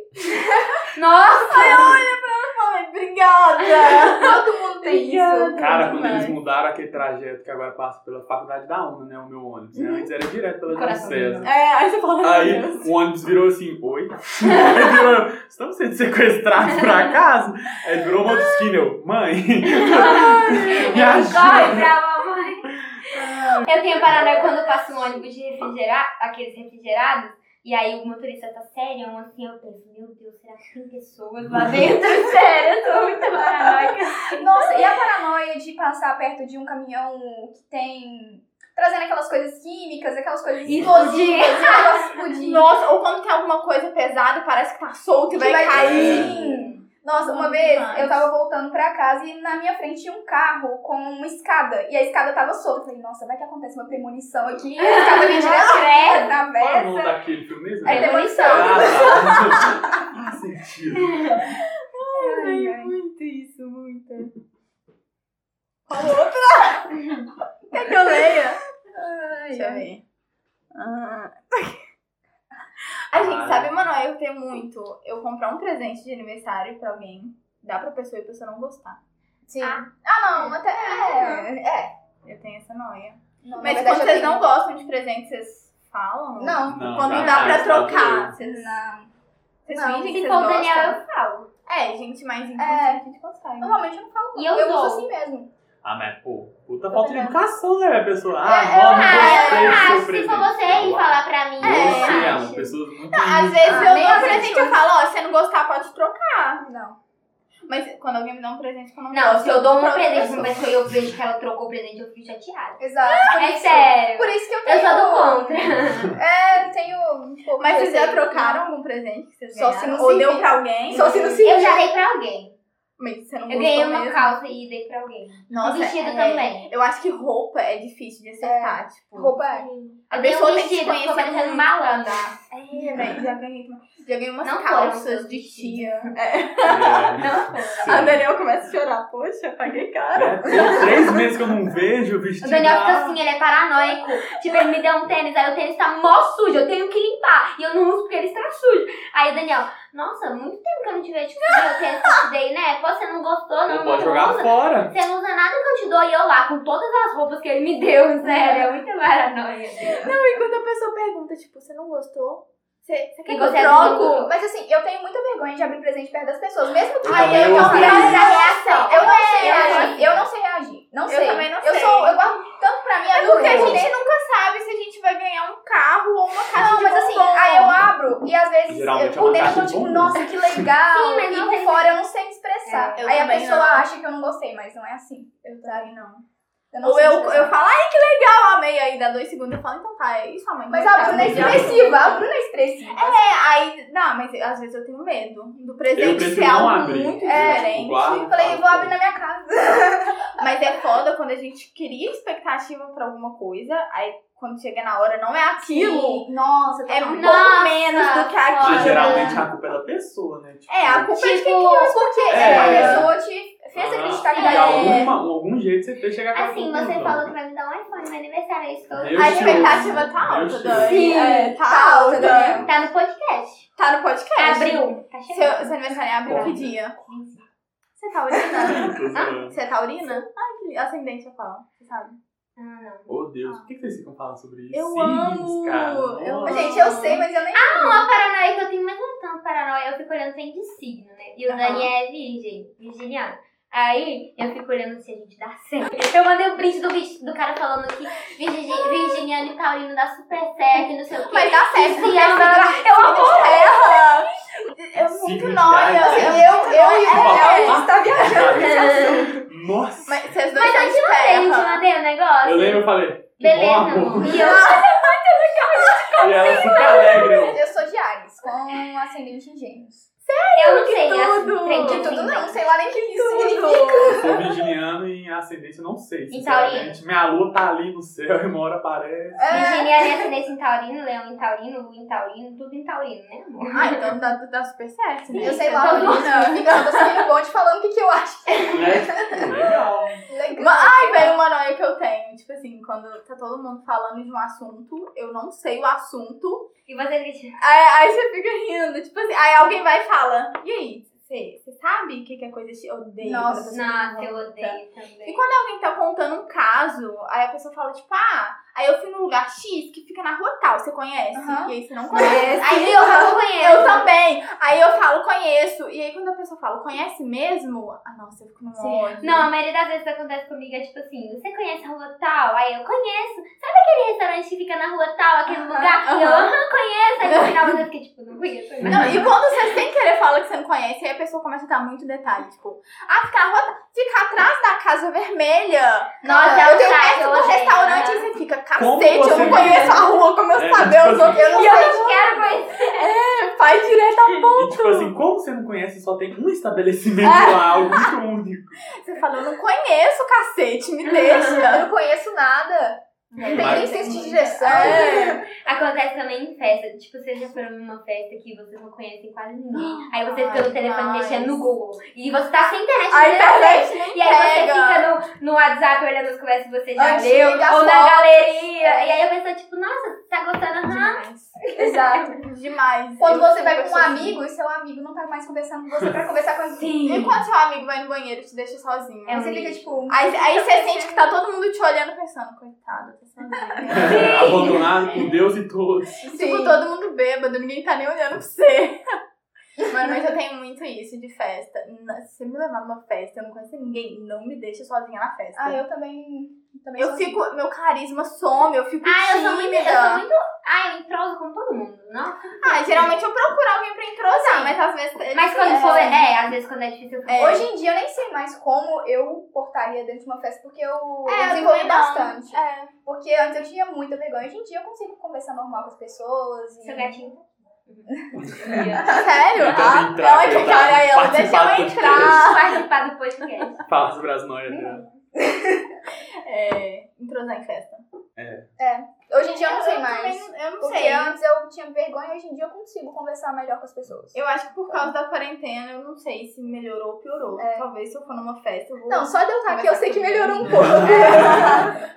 S4: Nossa!
S1: Eu falei, obrigada!
S3: Todo mundo tem isso.
S2: Cara, quando eles mudaram aquele trajeto que agora passa pela faculdade da UNA, né? O meu ônibus. né, Antes era direto pela Júlio
S4: Coração
S2: César.
S1: É, aí você falou,
S2: Aí o ônibus virou assim, oi? Aí virou, estamos sendo sequestrados por acaso? Aí virou uma outra esquina, eu, mãe, me ajuda.
S4: Corre pra mamãe. Eu tenho paranoia quando eu passo um ônibus de refrigerado, aqueles refrigerados, e aí o motorista tá sério, assim, eu penso, meu Deus, será que tem pessoas lá dentro? sério, eu tô muito paranoica.
S3: Nossa, e a paranoia de passar perto de um caminhão que tem. trazendo aquelas coisas químicas, aquelas coisas
S4: Explodir.
S3: explosivas, o um negócio explodir.
S1: Nossa, ou quando tem alguma coisa pesada, parece que tá solto e
S3: que
S1: vai, cair.
S3: Sim. Nossa, uma
S1: Muito
S3: vez
S1: demais.
S3: eu tava voltando pra casa e na minha frente tinha um carro com uma escada. E a escada tava solta. Eu falei, nossa, vai que acontece uma premonição aqui. E a escada vem direto
S4: credo.
S3: na
S2: Qual é o nome
S3: vesta.
S2: daquele filme mesmo?
S3: É premonição.
S2: Ah, tá. Faz sentido.
S3: Ai, ai.
S1: muito isso, muito. Qual outra? Quer que eu leia? Deixa eu ver. Ah. A gente
S2: Ai.
S1: sabe, mano, eu tenho muito. Eu comprar um presente de aniversário pra alguém, dá pra pessoa e a pessoa não gostar.
S3: Sim.
S1: Ah.
S3: Ah, não, até. É. é.
S1: Eu tenho essa noia.
S3: Não, na
S1: Mas
S3: verdade,
S1: quando
S3: eu
S1: vocês
S3: tenho-
S1: não gostam de presente, vocês falam?
S3: Não.
S2: Não,
S1: Quando
S2: já
S1: dá
S2: tá,
S1: pra
S2: já
S1: trocar,
S2: tá.
S1: vocês,
S3: Não.
S1: vocês
S3: Não,
S1: fingem que
S4: Se
S1: vocês
S4: for o Daniel,
S1: gostam?
S4: eu falo.
S1: É, gente mais inconsciente, a gente consegue.
S3: Normalmente eu não falo. não.
S4: E eu
S3: uso
S4: dou.
S3: assim mesmo.
S2: Ah, mas pô, puta falta de educação, né, velho, a pessoa? Ah,
S3: É,
S2: não,
S4: Ah,
S2: não gostei do
S4: eu acho.
S2: seu
S4: Se
S2: presente.
S4: for você ir falar pra mim,
S1: É,
S2: Você
S4: eu
S2: é
S4: acho.
S2: uma pessoa muito...
S1: Às vezes
S3: Ah,
S1: eu
S3: nem
S1: dou um
S3: as
S1: presente eu
S3: pessoas.
S1: falo, ó, se você não gostar, pode trocar.
S3: Não.
S1: Mas quando alguém me dá um presente que eu não
S4: Não,
S1: gosto,
S4: se eu dou um
S1: troco.
S4: presente pra uma pessoa e eu vejo que ela trocou o presente, eu fico chateada.
S1: Ah,
S3: Exato. Por
S4: É
S3: isso-
S4: sério.
S3: Por isso que eu
S4: Eu
S3: tenho.
S4: sou
S1: um
S4: do contra.
S3: É, tenho. um pouco
S1: Mas vocês
S3: receio.
S1: já trocaram algum presente que vocês
S3: Só
S1: ganharam?
S3: se não
S1: Ou
S3: se
S1: deu
S3: viu.
S1: pra alguém?
S3: Só se não se
S4: Eu já dei pra alguém.
S1: Mas você não
S4: Eu
S1: gostou
S4: ganhei uma
S1: É mesmo?
S4: calça e dei pra alguém.
S1: Nossa,
S4: um vestido
S1: é-
S4: também.
S1: Eu acho que roupa é difícil de acertar, tipo...
S3: Roupa é.
S1: A
S4: Eu
S1: pessoa
S4: dei um
S1: tem que
S4: vestido,
S1: conhecer
S4: ficou parecendo
S1: muito.
S4: malandro.
S1: É, velho, já ganhei, já ganhei umas
S4: Não
S1: calças de
S4: foram todos.
S1: tia.
S2: É,
S4: Não.
S2: sim.
S1: A Daniel começa a chorar. Poxa, paguei caro.
S2: É, tem três meses que eu não vejo o vestido.
S4: O Daniel fica
S2: lá.
S4: assim, ele é paranoico. Tipo, ele me deu um tênis, aí o tênis tá mó sujo, eu tenho que limpar. E eu não uso porque ele está sujo. Aí o Daniel, nossa, muito tempo que eu não te vejo com o tênis que eu te dei, né? Pô, você não gostou, não,
S2: Não pode
S4: você
S2: jogar
S4: usa.
S2: fora.
S4: Você não usa nada que eu te dou e eu lá, com todas as roupas que ele me deu, sério. É muita paranoia.
S1: E quando a pessoa pergunta, tipo, você não gostou? Você, você quer
S4: E
S1: que eu
S4: você
S1: troco?
S4: ajudou?
S3: Mas assim, eu tenho muita vergonha de abrir presente perto das pessoas, mesmo que
S2: Eu
S1: Aí
S2: também
S1: eu
S2: não
S1: tenho
S2: sei.
S1: coragem.
S4: reação. É,
S3: eu não sei
S4: eu
S3: reagir.
S4: acho.
S3: Eu não sei reagir. Não
S1: Eu
S3: sei.
S1: também não
S3: eu
S1: sei.
S3: Sou, eu guardo tanto pra mim,
S1: É porque a
S3: adulto,
S1: gente nunca sabe se a gente vai ganhar um carro ou uma caixa
S3: Não,
S1: de
S3: mas
S1: bombom.
S3: assim, aí eu abro e às vezes eu,
S2: Geralmente é
S3: por
S2: uma
S3: dentro eu
S2: caixa
S3: tô
S2: de
S3: tipo,
S2: bombom.
S3: nossa, que legal.
S4: Sim, mas
S3: e
S4: não
S3: por
S4: tem-
S3: fora eu não sei me expressar.
S1: É, eu
S3: aí a
S1: também
S3: pessoa
S1: não.
S3: acha que eu não gostei, mas não é assim.
S1: Eu também não.
S3: Eu não
S1: Ou
S3: sei me
S1: eu,
S3: expressar.
S1: eu falo, ai que legal, amei. Aí dá dois segundos eu falo, então tá, é isso, a mãe.
S3: Mas
S1: vai
S3: a
S1: dar,
S3: Bruna é
S1: mas já-
S3: expressiva, a Bruna é expressiva.
S1: É, aí dá, mas às vezes eu tenho medo do
S2: Eu
S1: presente ser É,
S2: prefiro não
S1: algo
S2: abrir.
S1: muito
S2: Eu,
S1: diferente.
S2: tipo, guardo,
S3: Eu falei,
S2: guardo.
S3: vou abrir na minha casa.
S1: Mas é foda quando a gente cria expectativa pra alguma coisa, aí quando chega na hora não é aquilo.
S3: Sim, Nossa, tá
S1: É
S3: muito
S1: muito
S4: Nossa,
S1: menos do que aquilo.
S2: Mas
S4: Ah,
S2: geralmente a culpa é da pessoa, né? Tipo,
S1: É, a culpa é de quem
S4: Tipo,
S1: criou isso.
S3: Porque
S2: É.
S3: a pessoa te fez acreditar que
S2: de
S4: é.
S3: vai
S2: alguma, Ah, algum jeito você fez chegar com
S4: Assim, você falou que vai me dar um iPhone no aniversário, é isso que eu
S2: Eu
S1: a
S2: te
S1: expectativa
S2: amo.
S1: tá
S2: Eu
S1: alta,
S2: te
S1: Dani.
S2: amo.
S4: Sim.
S1: É, tá,
S3: Tá alta,
S1: alta.
S3: Dani.
S4: Tá no podcast.
S1: Tá no podcast.
S4: Abriu. Tá
S1: Seu,
S4: chegando.
S1: seu aniversário é abril, que dia? Você tá
S2: Tô
S1: taurina?
S2: zoando.
S1: Você é taurina? Ai, que ascendente é qual? Você sabe?
S4: Ah, não.
S2: Oh, Deus, por que vocês ficam falando sobre isso?
S1: Eu
S2: Signos,
S1: amo.
S2: Cara.
S1: Eu
S2: Nossa.
S1: amo.
S3: Gente, eu sei, mas eu nem. Ah,
S4: Uma paranoia que eu tenho, mas não tanto paranoia, eu fico olhando tem de signo, né? E o
S1: Aham.
S4: Dani é virgem, virginiano. Aí eu fico olhando se a gente dá certo. Eu mandei o print do, bicho- do cara falando que virgi, virginiano e taurino dá super certo e não sei o quê.
S1: Mas dá certo, né?
S4: Se
S1: porque
S4: ama.
S1: eu amo terra! É muito
S2: Signo de
S1: nóia.
S2: água.
S1: assim, Eu,
S3: eu, eu e o
S1: é,
S2: Opa.
S3: Daniel, a gente tá viajando.
S2: "Ah, Nossa.
S1: mas vocês dois
S4: Mas
S1: são
S4: eu
S1: de
S4: te mandei, eu te
S1: terra.
S4: mandei o negócio.
S2: Eu lembro, eu falei. que
S4: Beleza,
S2: bom, amor.
S4: amor. E
S1: Ah,
S4: eu,
S2: E ela é super alegre. né?"
S3: Eu sou de Ares, com um ascendente em Gêmeos.
S4: Eu não sei,
S1: tudo!
S4: assim, trem
S1: Que
S3: De tudo não, sei lá nem o que isso significa.
S1: Tudo!
S2: Sou virginiano e em ascendência, não sei,
S4: Em
S2: sinceramente. Minha lua tá ali no céu e uma hora aparece.
S3: É.
S4: Virginiana é ascendência em taurino, leão em taurino, lua em taurino, tudo em taurino, né amor?
S1: Ah, então dá, dá super certo, né?
S3: Eu sei lá,
S4: Então,
S3: o que isso significa, eu tô seguindo o bonde falando o que, que eu acho.
S2: Né? Legal.
S3: Legal.
S1: Mas, ai, velho, uma noia que eu tenho. Tipo assim, quando tá todo mundo falando de um assunto, eu não sei o assunto.
S4: E você, Cristian?
S1: Aí, aí você fica rindo. Tipo assim, aí alguém vai e fala: E aí, você você sabe o que, que é coisa que eu odeio?
S3: Nossa,
S1: quando a pessoa
S4: Nossa, eu
S1: pergunta?"
S4: odeio também.
S1: E quando alguém tá contando um caso, aí a pessoa fala, tipo, ah, aí eu fui num lugar X que fica na rua tal, você conhece?
S3: Aham.
S1: E aí você não conhece.
S3: Mas-
S4: Aí eu não
S1: Eu
S4: conheço.
S1: também. Aí eu falo, conheço. E aí quando a pessoa fala, conhece mesmo? Ah, nossa, eu fico num
S3: Sim.
S1: ódio.
S4: Não, a maioria das vezes que acontece comigo é tipo assim, você conhece a rua tal? Aí eu conheço. Sabe aquele restaurante que fica na rua tal, aquele
S3: Aham,
S4: lugar? E eu,
S1: aham.
S4: aham, conheço. Aí no final você fica tipo, não conheço.
S1: Não, e quando você sem querer fala que você não conhece, aí a pessoa começa a dar muito detalhe. Tipo, ah, fica, a rota, fica atrás da Casa Vermelha.
S4: Nossa, é
S1: eu
S4: eu
S1: tenho um
S4: saco,
S1: péssimo
S4: eu odeio, né?
S1: restaurante
S4: aham.
S1: e você fica,
S2: Como
S1: cacete, eu
S2: você
S1: não conheço a rua, como eu
S2: É,
S1: sabia
S2: tipo
S1: os outros. Eu não
S4: E eu
S1: sei,
S4: não quero conhecer.
S1: faz direto a
S2: E tipo assim, como você não conhece, só tem um estabelecimento lá, algo muito único.
S1: Você fala, eu não conheço, cacete, me
S3: Eu
S1: deixa.
S3: não conheço nada. Não tem nem
S2: Mas-
S3: senso de direção.
S1: É.
S4: Acontece também em festa. Tipo, vocês já foram numa festa que vocês não conhecem quase ninguém. Aí você
S1: Ai,
S4: fica no telefone
S1: demais.
S4: mexendo no Google. E você tá sem internet.
S1: A
S4: sem internet.
S1: internet nem
S4: E aí você
S1: pega.
S4: fica no, no WhatsApp olhando as conversas que você já
S3: Antigas,
S4: leu. Ou na
S3: novas.
S4: galeria. E aí
S1: É.
S4: a pessoa, tipo, nossa, tá gostando? Aham.
S3: Exato.
S1: Demais.
S3: Quando
S1: Eu
S3: você
S1: sou
S3: vai
S1: uma
S3: com um
S1: pessoa assim.
S3: amigo e seu amigo não tá mais conversando com você pra conversar com ele.
S1: E
S4: Sim.
S1: quando seu amigo vai no banheiro e te deixa sozinho?
S4: É um
S3: Você fica
S4: lixo.
S3: tipo.
S1: Aí, aí você sente que tá todo mundo te olhando pensando, coitado, tá sozinho.
S2: né? Abandonado por Deus e todos.
S1: Tipo, todo mundo bêbado, ninguém tá nem olhando pra você. Mano, mas eu tenho muito isso de festa. Na- Se você me levar numa festa, eu não conheço ninguém, não me deixa sozinha na festa.
S3: Ah, eu também. também
S1: Eu
S3: sou assim.
S1: fico, meu carisma some, assim. eu fico
S4: Ah, eu sou muito.
S1: tímida.
S4: Eu sou muito. Ah, eu entroso com todo mundo, não?
S1: Ah, geralmente eu procuro alguém pra entrosar,
S3: Sim.
S1: mas às vezes... é
S4: Mas quando
S1: difícil.
S4: for. É, às vezes quando é difícil. eu fico-
S1: É.
S3: Hoje em dia eu nem sei mais como eu portaria dentro de uma festa, porque eu
S1: É, eu
S3: desenvolvi
S1: também não.
S3: bastante.
S1: É.
S3: Porque antes eu tinha muita vergonha. Hoje em dia eu consigo conversar normal com as pessoas. E...
S4: Seu gatinho. tá
S1: Sério?
S2: Eu
S1: Ah,
S2: também entrar,
S1: olha que
S2: coitado,
S1: cara, ela deixa
S2: participar
S1: eu
S2: do
S1: entrar.
S4: Participar do podcast.
S2: Fala sobre as noias dela.
S1: É, entrosar em festa.
S3: Hoje em dia eu não sei
S1: também
S3: mais.
S1: não- Eu não
S3: Porque
S1: sei.
S3: antes eu tinha vergonha, hoje em dia eu consigo conversar melhor com as pessoas.
S1: Eu acho que por causa da quarentena, eu não sei se melhorou ou piorou.
S3: É.
S1: Talvez se eu for numa festa, eu vou.
S3: Não, só de eu estar aqui eu sei que melhorou um pouco.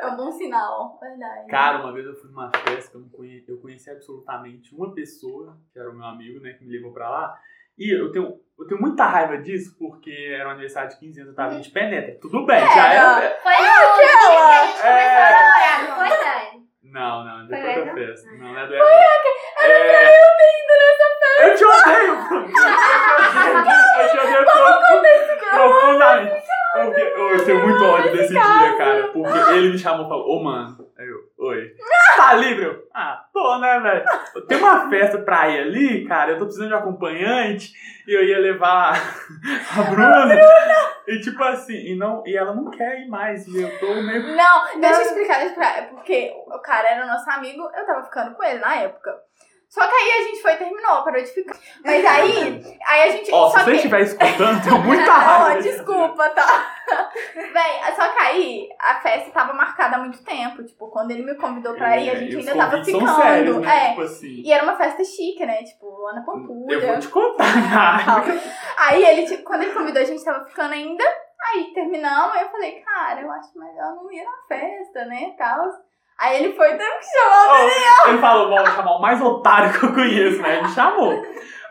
S1: é um bom sinal. Verdade.
S2: Cara, uma vez eu fui numa festa, eu, não conhe- eu conheci absolutamente uma pessoa, que era o meu amigo, né, que me levou pra lá. E eu tenho, eu tenho muita raiva disso, porque era um aniversário de 15 anos, eu tava de penetra. Tudo bem, já era.
S4: Foi
S1: Ah,
S4: no dia que a gente começou a
S2: É.
S4: namorar, não foi, Dani?
S2: Não, não,
S4: Foi
S2: não é outra
S4: essa?
S2: festa. Não, não é do Era. É... Eu te odeio! Eu te odeio! Eu te odeio pro- profundamente. Porque eu, eu tenho muito ódio desse dia, cara. Porque ele me chamou e falou, ô mano. Aí eu, oi. Tá livre? Eu, ah, tô, né, velho? Eu tenho uma festa pra ir ali, cara. Eu tô precisando de um acompanhante. E eu ia levar a Bruna. E tipo assim, e, não, e ela não quer ir mais. E eu tô meio
S1: Não, deixa eu explicar, deixa eu explicar. É porque o cara era nosso amigo, eu tava ficando com ele na época. Só que aí a gente foi e terminou, parou de ficar. Mas aí, aí a gente.
S2: Ó,
S1: só
S2: se você
S1: que... Ah,
S2: estiver escutando, tenho muita
S1: Ó,
S2: raiva. desse
S1: desculpa, tá? Véi, só que aí a festa tava marcada há muito tempo. Tipo, quando ele me convidou
S2: dia.
S1: pra ir, a
S2: É,
S1: gente
S2: e os
S1: ainda tava
S2: convites são
S1: ficando.
S2: sérios, né?
S1: É.
S2: Tipo assim.
S1: E era uma festa chique, né? Tipo, lá na Pampulha.
S2: Eu vou te contar.
S1: Aí ele, tipo, quando ele convidou, a gente tava ficando ainda. Aí terminamos, aí eu falei, cara, eu acho melhor não ir na festa, né? Tal. Aí ele foi um teve que chamar.
S2: Ó, Ele falou, bom, vou chamar o mais otário que eu conheço, né? Ele me chamou.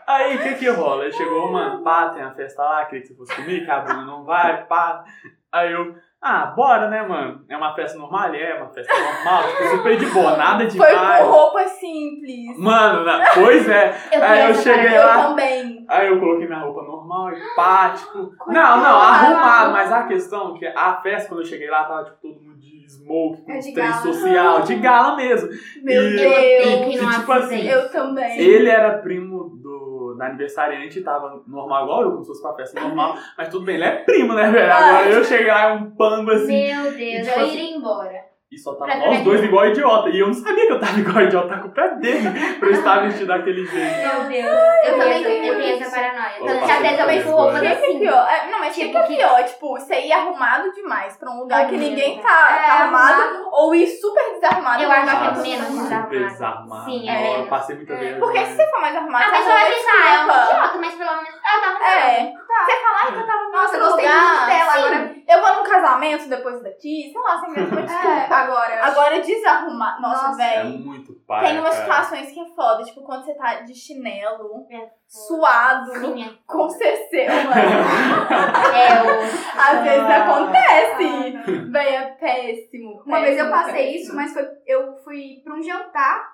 S2: Aí, o que que rola? Ele chegou, mano, pá, tem uma festa lá, queria que você fosse comigo, que a Bruna não vai, pá. Aí eu, ah, bora, né, mano? É uma festa normal? Ele É, uma festa normal, tipo, super de boa, nada
S1: Foi com
S2: demais.
S1: roupa simples.
S2: Mano, na- pois é.
S4: Eu
S2: Aí eu
S4: conheço essa
S2: cheguei
S1: Eu
S2: lá,
S1: também.
S2: Aí eu coloquei minha roupa normal e pá, tipo. Não, não, arrumado. Mas a questão é que a festa, quando eu cheguei lá, tava tipo todo mundo de smoke, com
S3: É
S2: é
S3: de
S2: trem
S3: gala.
S2: social, de gala mesmo.
S1: Meu
S2: E-
S1: Deus.
S4: e-
S2: E,
S4: que não
S2: tipo
S4: avisei.
S2: assim,
S1: Eu também.
S2: ele era primo do, da aniversariante e tava normal igual eu, como se fosse pra festa normal. Mas tudo bem, ele é primo, né, velho? Agora eu cheguei lá, é um pango assim.
S4: Meu Deus,
S2: tipo
S4: eu
S2: assim-
S4: iria embora.
S2: E só
S4: Pra
S2: tava
S4: ver
S2: nós
S4: a
S2: dois
S4: gente.
S2: igual idiota. E eu não sabia que eu tava igual idiota com o pé dele pra eu estar vestido daquele jeito.
S4: Meu Deus.
S1: também
S4: eu, também tenho,
S1: tenho
S4: eu tenho essa
S1: isso.
S4: paranoia.
S2: Eu
S4: Tanto que
S2: passo
S4: às vezes eu
S2: por
S4: vejo
S2: isso,
S4: roupas
S2: né?
S1: Mas que é
S4: assim.
S1: pior. É, não, mas o que,
S4: Tipo
S1: que é
S4: que-
S1: pior? Tipo, você ir arrumado demais pra um lugar que
S4: Arrumado.
S1: ninguém tá,
S3: É,
S1: tá arrumado, ou ir super desarmado.
S4: Eu
S1: pra um
S4: acho
S1: lugar
S2: Ah,
S4: que é
S1: todo
S4: menos
S1: mundo-
S4: desarmado.
S2: Super desarmado.
S4: Sim,
S1: é
S2: Nossa,
S4: menos.
S2: Eu passei muita vergonha.
S1: Porque se você for mais arrumado,
S4: A
S1: você
S4: pessoa
S1: já
S4: vai pensar, ah, é um
S1: desculpa.
S4: idiota, mas pelo menos ah, tá ela tava
S1: É.
S4: Você fala, ai, que eu tava no
S3: Nossa, eu
S4: outro
S3: gostei
S1: lugar,
S3: muito dela
S4: sim.
S3: agora.
S1: Eu vou num casamento depois daqui, sei lá, assim você me arruma
S3: É,
S1: desculpa.
S3: agora.
S1: Agora é desarrumar. Nossa,
S3: Nossa.
S2: É
S1: velho.
S2: muito pai.
S1: Tem umas
S2: cara.
S1: situações que é foda, tipo, quando você tá de chinelo,
S4: É.
S1: suado,
S4: lugar.
S1: com CC, mano.
S4: É, o...
S1: Às vezes
S2: Ah.
S3: É.
S1: acontece. Véi, é péssimo.
S3: Uma vez eu
S1: péssimo,
S3: passei
S1: É péssimo.
S3: isso, mas foi, eu fui pra um jantar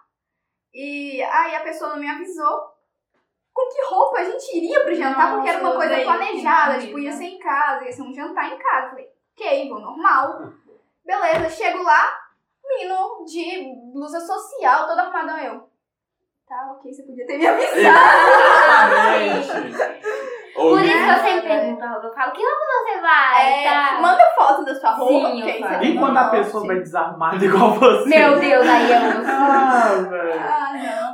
S3: e aí a pessoa não me avisou com que roupa a gente iria pro jantar, porque era uma
S1: Nossa, eu
S3: coisa
S1: odeio
S3: planejada,
S1: isso,
S3: tipo, ia
S1: amiga.
S3: ser em casa, ia ser um jantar em casa. Falei, ok, vou normal. Beleza, chego lá, menino de blusa social, todo arrumadão eu. Tá, ok, você podia ter me avisado.
S2: Exatamente. Ou
S4: Por isso que eu sempre
S3: né?
S4: pergunto, eu falo, que roupa você vai?
S1: É,
S4: tá?
S1: manda foto da sua roupa,
S4: Sim,
S1: porque
S4: eu
S1: isso
S4: faço.
S1: é
S2: E
S1: muito
S2: quando a
S1: bom,
S2: pessoa
S1: sim.
S2: vai desarmada igual você?
S4: Meu Deus, aí eu...
S2: Ah, velho.
S3: Ah, não.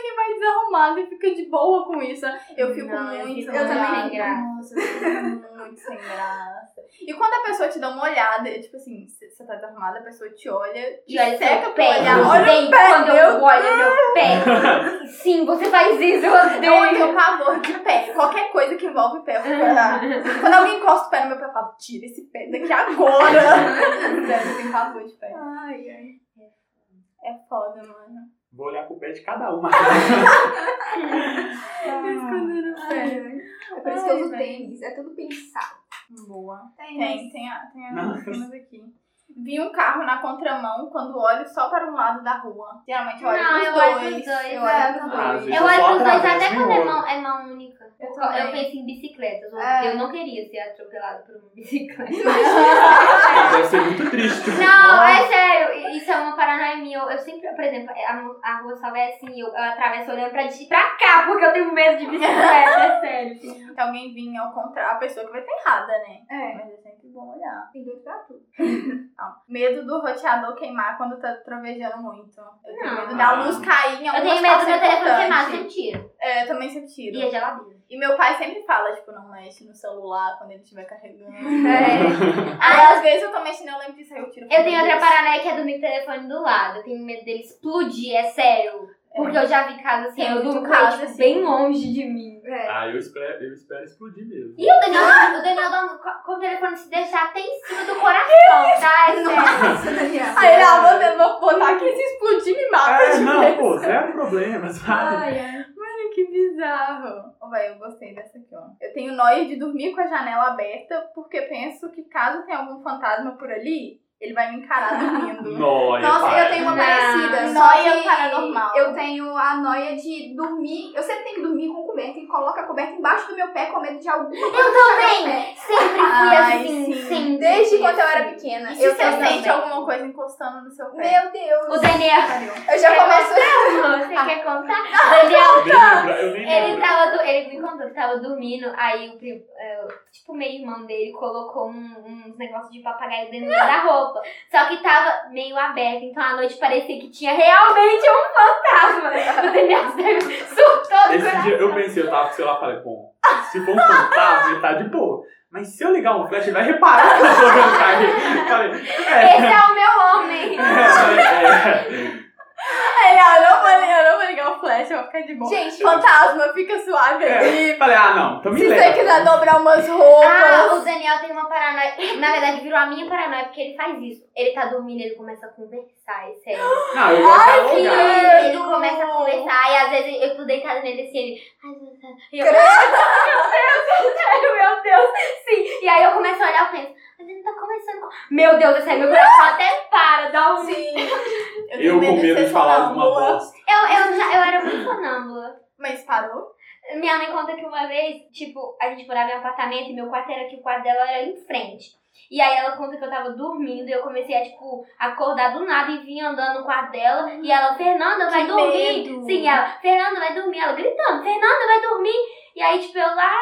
S1: Quem vai desarrumado e fica de boa com isso. Eu fico
S4: Não, eu
S1: muito.
S4: fico
S3: muito
S1: também
S4: sem graça.
S1: Nossa, eu fico muito sem graça. E quando a pessoa te dá uma olhada, é tipo assim, c- você tá desarrumada, a pessoa te olha
S4: E olha
S1: seca
S4: é seu
S1: pra
S4: pé,
S1: olhar.
S4: eu
S1: Olha
S4: odeio
S1: o pé,
S4: quando eu
S1: meu
S4: olho meu pé. Sim, você faz isso, eu
S1: Eu
S4: odeio.
S1: tenho é pavor de pé. Qualquer coisa que envolve pé, eu fico olhando. Quando alguém encosta o pé no meu pé, eu falo, tira esse pé daqui agora. Sério, eu tenho pavor de pé.
S3: Ai, ai.
S1: É foda, mano.
S2: Vou olhar pro pé de cada uma.
S1: Esconder o
S3: Ai,
S1: pé.
S3: ai. É por isso que eu
S1: Ai,
S3: uso
S1: velho.
S3: tênis, é tudo pensado.
S1: Boa.
S3: Tênis.
S1: Tem, tem, a, tem
S2: Não.
S1: as cenas aqui. Vi um carro na contramão quando olho só para um lado da rua. Geralmente eu olho
S4: Não,
S1: pros
S4: eu olho
S1: dois.
S4: pros dois,
S1: Eu
S3: é.
S1: olho pros
S2: Ah, às
S1: dois.
S2: vezes
S4: Eu olho
S2: só
S4: pros dois
S2: atravesso
S4: até
S2: um
S4: quando é
S2: outro.
S4: mão, é mão única. Eu,
S1: Eu também.
S4: eu penso em bicicletas. Eu,
S3: É.
S4: eu não queria ser atropelado por uma bicicleta.
S2: Ah, Deve ser muito triste. tipo,
S4: Não,
S2: nossa.
S4: é sério, isso é uma paranoia minha. Eu, eu sempre, por exemplo, a, a rua só vai assim, eu, eu atravesso olhando pra, de- pra cá, porque eu tenho medo de bicicleta, é sério.
S1: Se alguém vir ao contrário, a pessoa que vai estar errada, né?
S3: É,
S1: Mas é sempre bom olhar.
S3: tem dois pra tudo.
S1: Então, medo do roteador queimar quando tá trovejando muito. Eu tenho
S4: Não.
S1: medo da luz cair em
S4: Eu
S1: algumas
S4: tenho medo do meu
S1: calças
S4: telefone queimar, eu
S1: importantes.
S4: sempre tiro.
S1: É, eu também sempre tiro.
S4: E a geladeira.
S1: E meu pai sempre fala, tipo, não mexe no celular quando ele estiver carregando.
S4: Ah,
S1: Aí às vezes eu tô mexendo, eu lembro disso, aí eu tiro.
S4: Eu tenho outra paranoia que é dormir com o telefone do lado. Eu tenho medo dele explodir, é sério. Porque eu já vi casa assim,
S1: Tem
S4: eu
S1: muito
S4: durmo com
S1: caso
S4: ele, tipo,
S1: assim.
S4: bem longe de mim.
S3: É.
S2: Ah, eu espero, eu espero explodir mesmo. É,
S4: E o Daniel, o Daniel dorme co- com o telefone se deixar até em cima do coração, tá? É sério.
S3: Nossa, Daniel.
S1: Aí ele, ah, meu Deus, vou botar aqui, se explodir me mata.
S2: É,
S1: de
S2: não,
S1: vez.
S2: pô, zero problema, sabe?
S3: Ai, ai.
S1: Mano, que bizarro. Ô, véi, eu gostei dessa aqui, ó. Eu tenho nóia de dormir com a janela aberta, porque penso que caso tenha algum fantasma por ali, ele vai me encarar dormindo.
S2: Noia,
S3: Nossa,
S2: pai.
S3: eu tenho
S4: Não.
S3: uma parecida. só
S1: Noia
S3: que
S1: paranormal.
S3: Eu tenho a noia de dormir. Eu sempre tenho que dormir com coberta e coloco a coberta embaixo do meu pé com medo de alguma coisa.
S4: Eu também! Sempre fui
S1: Ai,
S4: assim,
S1: sim.
S4: sempre.
S3: Desde
S4: fui
S3: quando eu era
S4: assim.
S3: pequena.
S1: E se
S3: eu
S1: você
S3: também.
S1: sente alguma coisa encostando no seu pé?
S3: Meu Deus.
S4: assim. O Daniel.
S3: Eu já começo.
S4: Você quer contar? O Daniel,
S2: Eu nem lembro, eu nem
S4: ele
S2: lembro.
S4: tava. do- Ele me contou que tava dormindo, aí o pri- é, tipo, o meio-irmão dele colocou um- uns negócios de papagaio dentro da roupa. Só que tava meio aberto, então à noite parecia que tinha realmente um fantasma. O Daniel saiu- surtou do
S2: Esse
S4: coração.
S2: dia eu pensei, eu tava com o celular e falei, bom, se for um fantasma, ele tá de boa. Mas se eu ligar um flash, ele vai reparar que eu tô jogando carne. Falei, é,
S4: Esse é o meu homem.
S2: é, é,
S1: Ele, ah, eu não, vou, eu não vou ligar o flash, eu vou ficar de boa.
S3: Gente,
S1: Fantasma, fica suave aí.
S2: é. Falei, ah, não, então me
S1: Se você
S2: leva.
S1: quiser dobrar umas roupas.
S4: Ah, o Daniel tem uma paranoia. Na verdade, virou a minha paranoia porque ele faz isso. Ele tá dormindo, ele começa a conversar, é sério.
S2: Não, eu gosto de
S4: Sim,
S2: alongar.
S4: ele
S1: Credo.
S4: começa a conversar e às vezes eu tô deitada nele assim, ele. Ai, meu Deus, meu Deus, sério, meu Deus. Sim, e aí eu começo a olhar e penso, mas ele tá conversando com. Meu Deus, eu sei, meu coração até para, dá um.
S1: Sim. tenho
S2: Eu com medo
S1: ser
S2: de falar alguma
S1: sonâmbula.
S2: bosta.
S4: Eu, eu, já, eu era muito sonâmbula.
S1: Mas parou?
S4: Minha mãe conta que uma vez, tipo, a gente morava em um apartamento e meu quarto era que o quarto dela era em frente. E aí ela conta que eu tava dormindo e eu comecei a, tipo, acordar do nada e vim andando no quarto dela. E ela, Fernanda, vai
S1: Que
S4: dormir.
S1: medo.
S4: Sim, ela, Fernanda, vai dormir. Ela gritando, Fernanda, vai dormir. E aí, tipo, eu lá,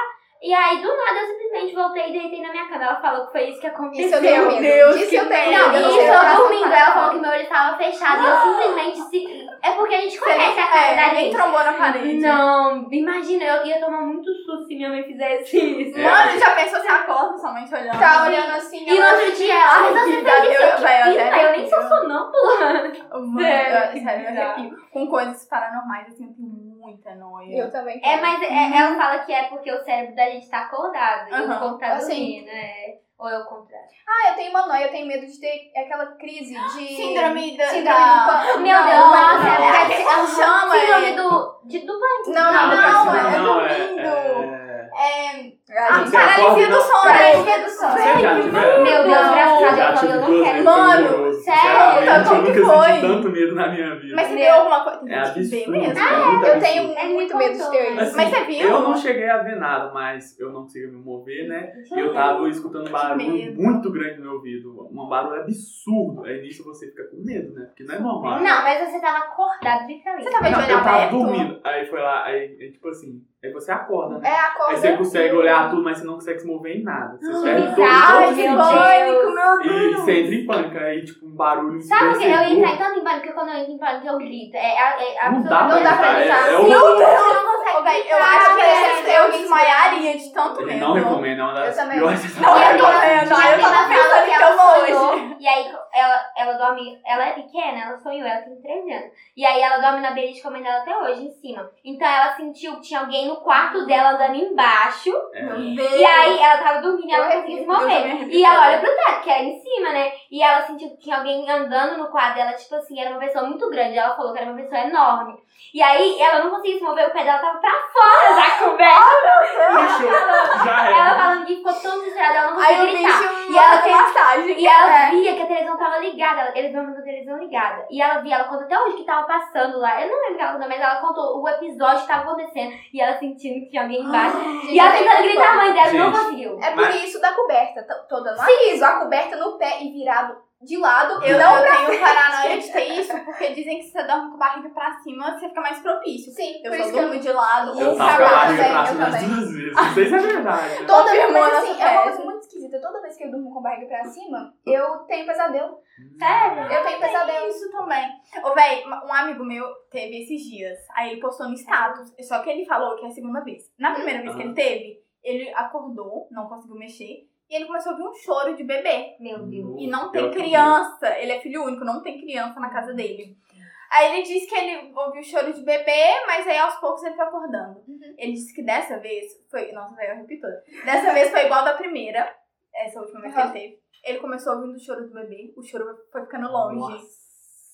S4: E aí, do nada, eu simplesmente voltei e deitei na minha cama. Ela falou que foi isso que aconteceu.
S3: Isso eu tenho
S1: Meu
S3: medo.
S1: Deus,
S3: Disso
S1: que
S3: eu tenho
S1: medo.
S4: Não,
S3: medo.
S1: Eu
S4: e
S1: não
S4: isso
S1: sei
S4: eu
S1: o que
S4: dormindo. Aí Ela falou que meu olho estava fechado e eu simplesmente se. É porque a gente conhece a cara da
S1: É,
S4: gente.
S1: nem trombou na parede.
S4: Não, imagina, eu ia tomar muito susto se minha mãe fizesse isso.
S2: É.
S1: Mano, já pensou se acorda sua mãe te olhando?
S3: Tá olhando assim,
S4: E no
S3: ela-
S4: outro dia ela,
S1: Ai,
S4: mas
S1: que
S4: você
S1: dá-
S4: fez isso
S1: eu-
S4: aqui,
S1: vai, eu até
S4: aí eu nem sou
S1: arrepio.
S4: sonâmbula.
S1: Mano,
S4: Sério,
S1: eu-
S4: que
S1: sério, eu
S4: bizarro.
S1: arrepio. Com coisas paranormais, assim, eu tenho muita noia.
S3: Eu também.
S4: É, mas é- ela fala que é porque o cérebro da gente tá acordado e
S1: Aham,
S4: o corpo tá
S3: assim.
S4: dormindo, é. Ou é o contrário.
S3: Ah, eu tenho uma noia, eu tenho medo de ter aquela crise de.
S1: Síndrome da...
S3: Síndrome
S1: da-
S3: do pânico.
S4: Meu
S1: Não,
S4: Deus,
S1: não,
S4: nossa,
S1: não.
S4: é
S1: É, como
S4: porque-
S1: chama,
S4: Síndrome
S1: é?
S4: do, de, do banco.
S1: Não, não, não,
S4: mas-
S1: é
S2: não,
S1: dormindo. É...
S2: é- Quando
S1: A
S2: você
S1: paralisia
S2: acorda,
S1: do
S2: não-
S1: sono,
S3: Paralisia
S1: né?
S3: do sono.
S2: Você já tiveram?
S4: Meu Deus,
S1: Não.
S4: graças a
S2: já
S4: Deus,
S2: tive
S4: eu não
S2: duas
S4: quero.
S2: vezes
S1: Mano,
S2: horroroso.
S4: sério?
S1: Como
S2: Sinceramente, eu
S1: Tá que
S2: nunca
S1: foi?
S2: senti tanto medo na minha vida.
S1: Mas você
S4: Meu.
S1: viu alguma coisa?
S2: é
S1: Gente, vem
S2: absurdo.
S1: mesmo. Ah,
S2: é muito
S3: Eu
S2: absurdo.
S3: tenho
S4: Ele me
S3: muito medo de
S4: contou,
S3: ter
S4: mas-
S3: isso.
S1: Mas você viu?
S2: assim, Eu não cheguei a ver nada, mas eu não conseguia me mover, né? E eu tava escutando um barulho
S1: medo.
S2: muito grande no meu ouvido. Um barulho absurdo. Aí nisso você fica com medo, né? Porque não é normal.
S4: Não, mas você tava acordado, literalmente.
S1: Você tava de
S2: Não,
S1: olho
S2: eu tava
S1: aberto?
S2: dormindo. Aí foi lá, aí é tipo assim, aí você acorda, né?
S3: É,
S2: Aí você
S3: acorda.
S2: consegue olhar tudo, mas você não consegue se mover em nada. Você perde todo,
S4: bizarro,
S1: Ai,
S2: todo
S1: que
S4: Meu
S2: sentido.
S1: pânico, meu
S4: Deus.
S2: E
S1: Deus.
S2: você entra em pânico. Aí, tipo, um barulho.
S4: Sabe o que? Eu ia
S2: ensurdecedor.
S4: entrar em tanto em pânico que quando eu entro em pânico eu grito. É, é, é
S2: Não dá
S4: absolutamente-
S3: pra
S4: pra
S3: gritar,
S4: gritar.
S2: é- é
S4: Sim,
S2: horroroso.
S4: Você não
S1: Ô,
S4: consegue
S1: velho, eu
S4: gritar,
S1: acho que
S4: velho.
S1: esse eu desmaiaria de tanto
S2: Ele
S1: medo.
S2: não recomenda, é uma das
S3: Eu também.
S2: piores.
S4: Tá
S1: Não recomendo,
S4: Tinha
S1: eu tava
S4: aquela
S1: pensando
S4: fala
S1: em
S4: que ela
S1: cama hoje.
S4: sonhou, E aí ela, ela dorme, ela é pequena, ela sonhou, ela tem 13 anos. E aí ela dorme na beira de cama dela até hoje, em cima. Então ela sentiu que tinha alguém no quarto dela andando embaixo.
S2: É.
S1: Meu
S4: E aí ela tava dormindo e ela
S3: Eu
S4: não conseguia se
S3: arrepio,
S1: eu também
S4: mover.
S1: arrepio.
S4: E ela olha pro teto, que era em cima, né? E ela sentiu que tinha alguém andando no quarto dela, tipo assim, era uma pessoa muito grande. Ela falou que era uma pessoa enorme. E aí ela não conseguia se mover, o pé dela tava pra fora da coberta.
S2: Puxou, já
S4: Ela
S2: era.
S4: falando que ficou tão desesperada, ela não
S1: Aí
S4: conseguia
S1: o
S4: gritar.
S1: bicho
S4: E ela
S1: tem
S4: tem-
S1: massagem.
S4: E ela
S1: É.
S4: via que a televisão tava ligada, ela- eles dormem com a televisão ligada. E ela via, ela conta até onde que tava passando lá. Eu não lembro o que ela contou, mas ela contou o episódio que tava acontecendo. E ela sentindo que tinha alguém embaixo.
S3: Gente,
S4: e ela
S3: eu tenho
S4: tentando
S3: muito
S4: gritar a mãe dela, não
S2: Gente.
S4: conseguiu.
S3: É por
S2: Mas-
S3: isso da coberta Tá, to- toda no aviso. A coberta no pé e virado de lado.
S1: Eu
S3: não
S1: não
S3: pra
S1: tenho
S3: frente.
S1: paranoia de ter isso, porque dizem que se você dorme com a barriga pra cima, você fica mais propício.
S3: Sim,
S1: Eu só
S3: por isso que eu
S1: durmo de lado,
S3: Eu
S2: Eu
S1: um
S2: tava com a
S3: trabalho,
S2: barriga
S1: cagado.
S3: velho,
S2: pra
S3: eu
S2: cima
S3: também.
S2: duas vezes. Não sei se é verdade. né?
S3: Toda vez,
S1: Confirmou
S3: mas
S1: a
S3: assim,
S1: nossa
S3: é uma
S1: tese.
S3: coisa muito esquisita. Toda vez que eu durmo com a barriga pra cima, eu tenho pesadelo.
S4: Sério?
S3: Eu tenho pesadelo.
S1: Tem isso também. Ô, véi, um amigo meu teve esses dias. Aí ele postou no status. Só que ele falou que é a segunda vez. Na primeira vez que
S2: Ah.
S1: ele teve, ele acordou, não conseguiu mexer. E ele começou a ouvir um choro de bebê.
S4: Meu Deus.
S1: E não tem
S2: Eu também.
S1: criança. Ele é filho único, não tem criança na casa dele. Aí ele disse que ele ouviu o choro de bebê, mas aí aos poucos ele foi acordando. Ele disse que dessa vez foi. Nossa, velho, eu repito. Dessa vez foi igual da primeira, essa última vez
S3: Aham.
S1: que ele teve. Ele começou ouvindo o choro do bebê, o choro foi ficando longe.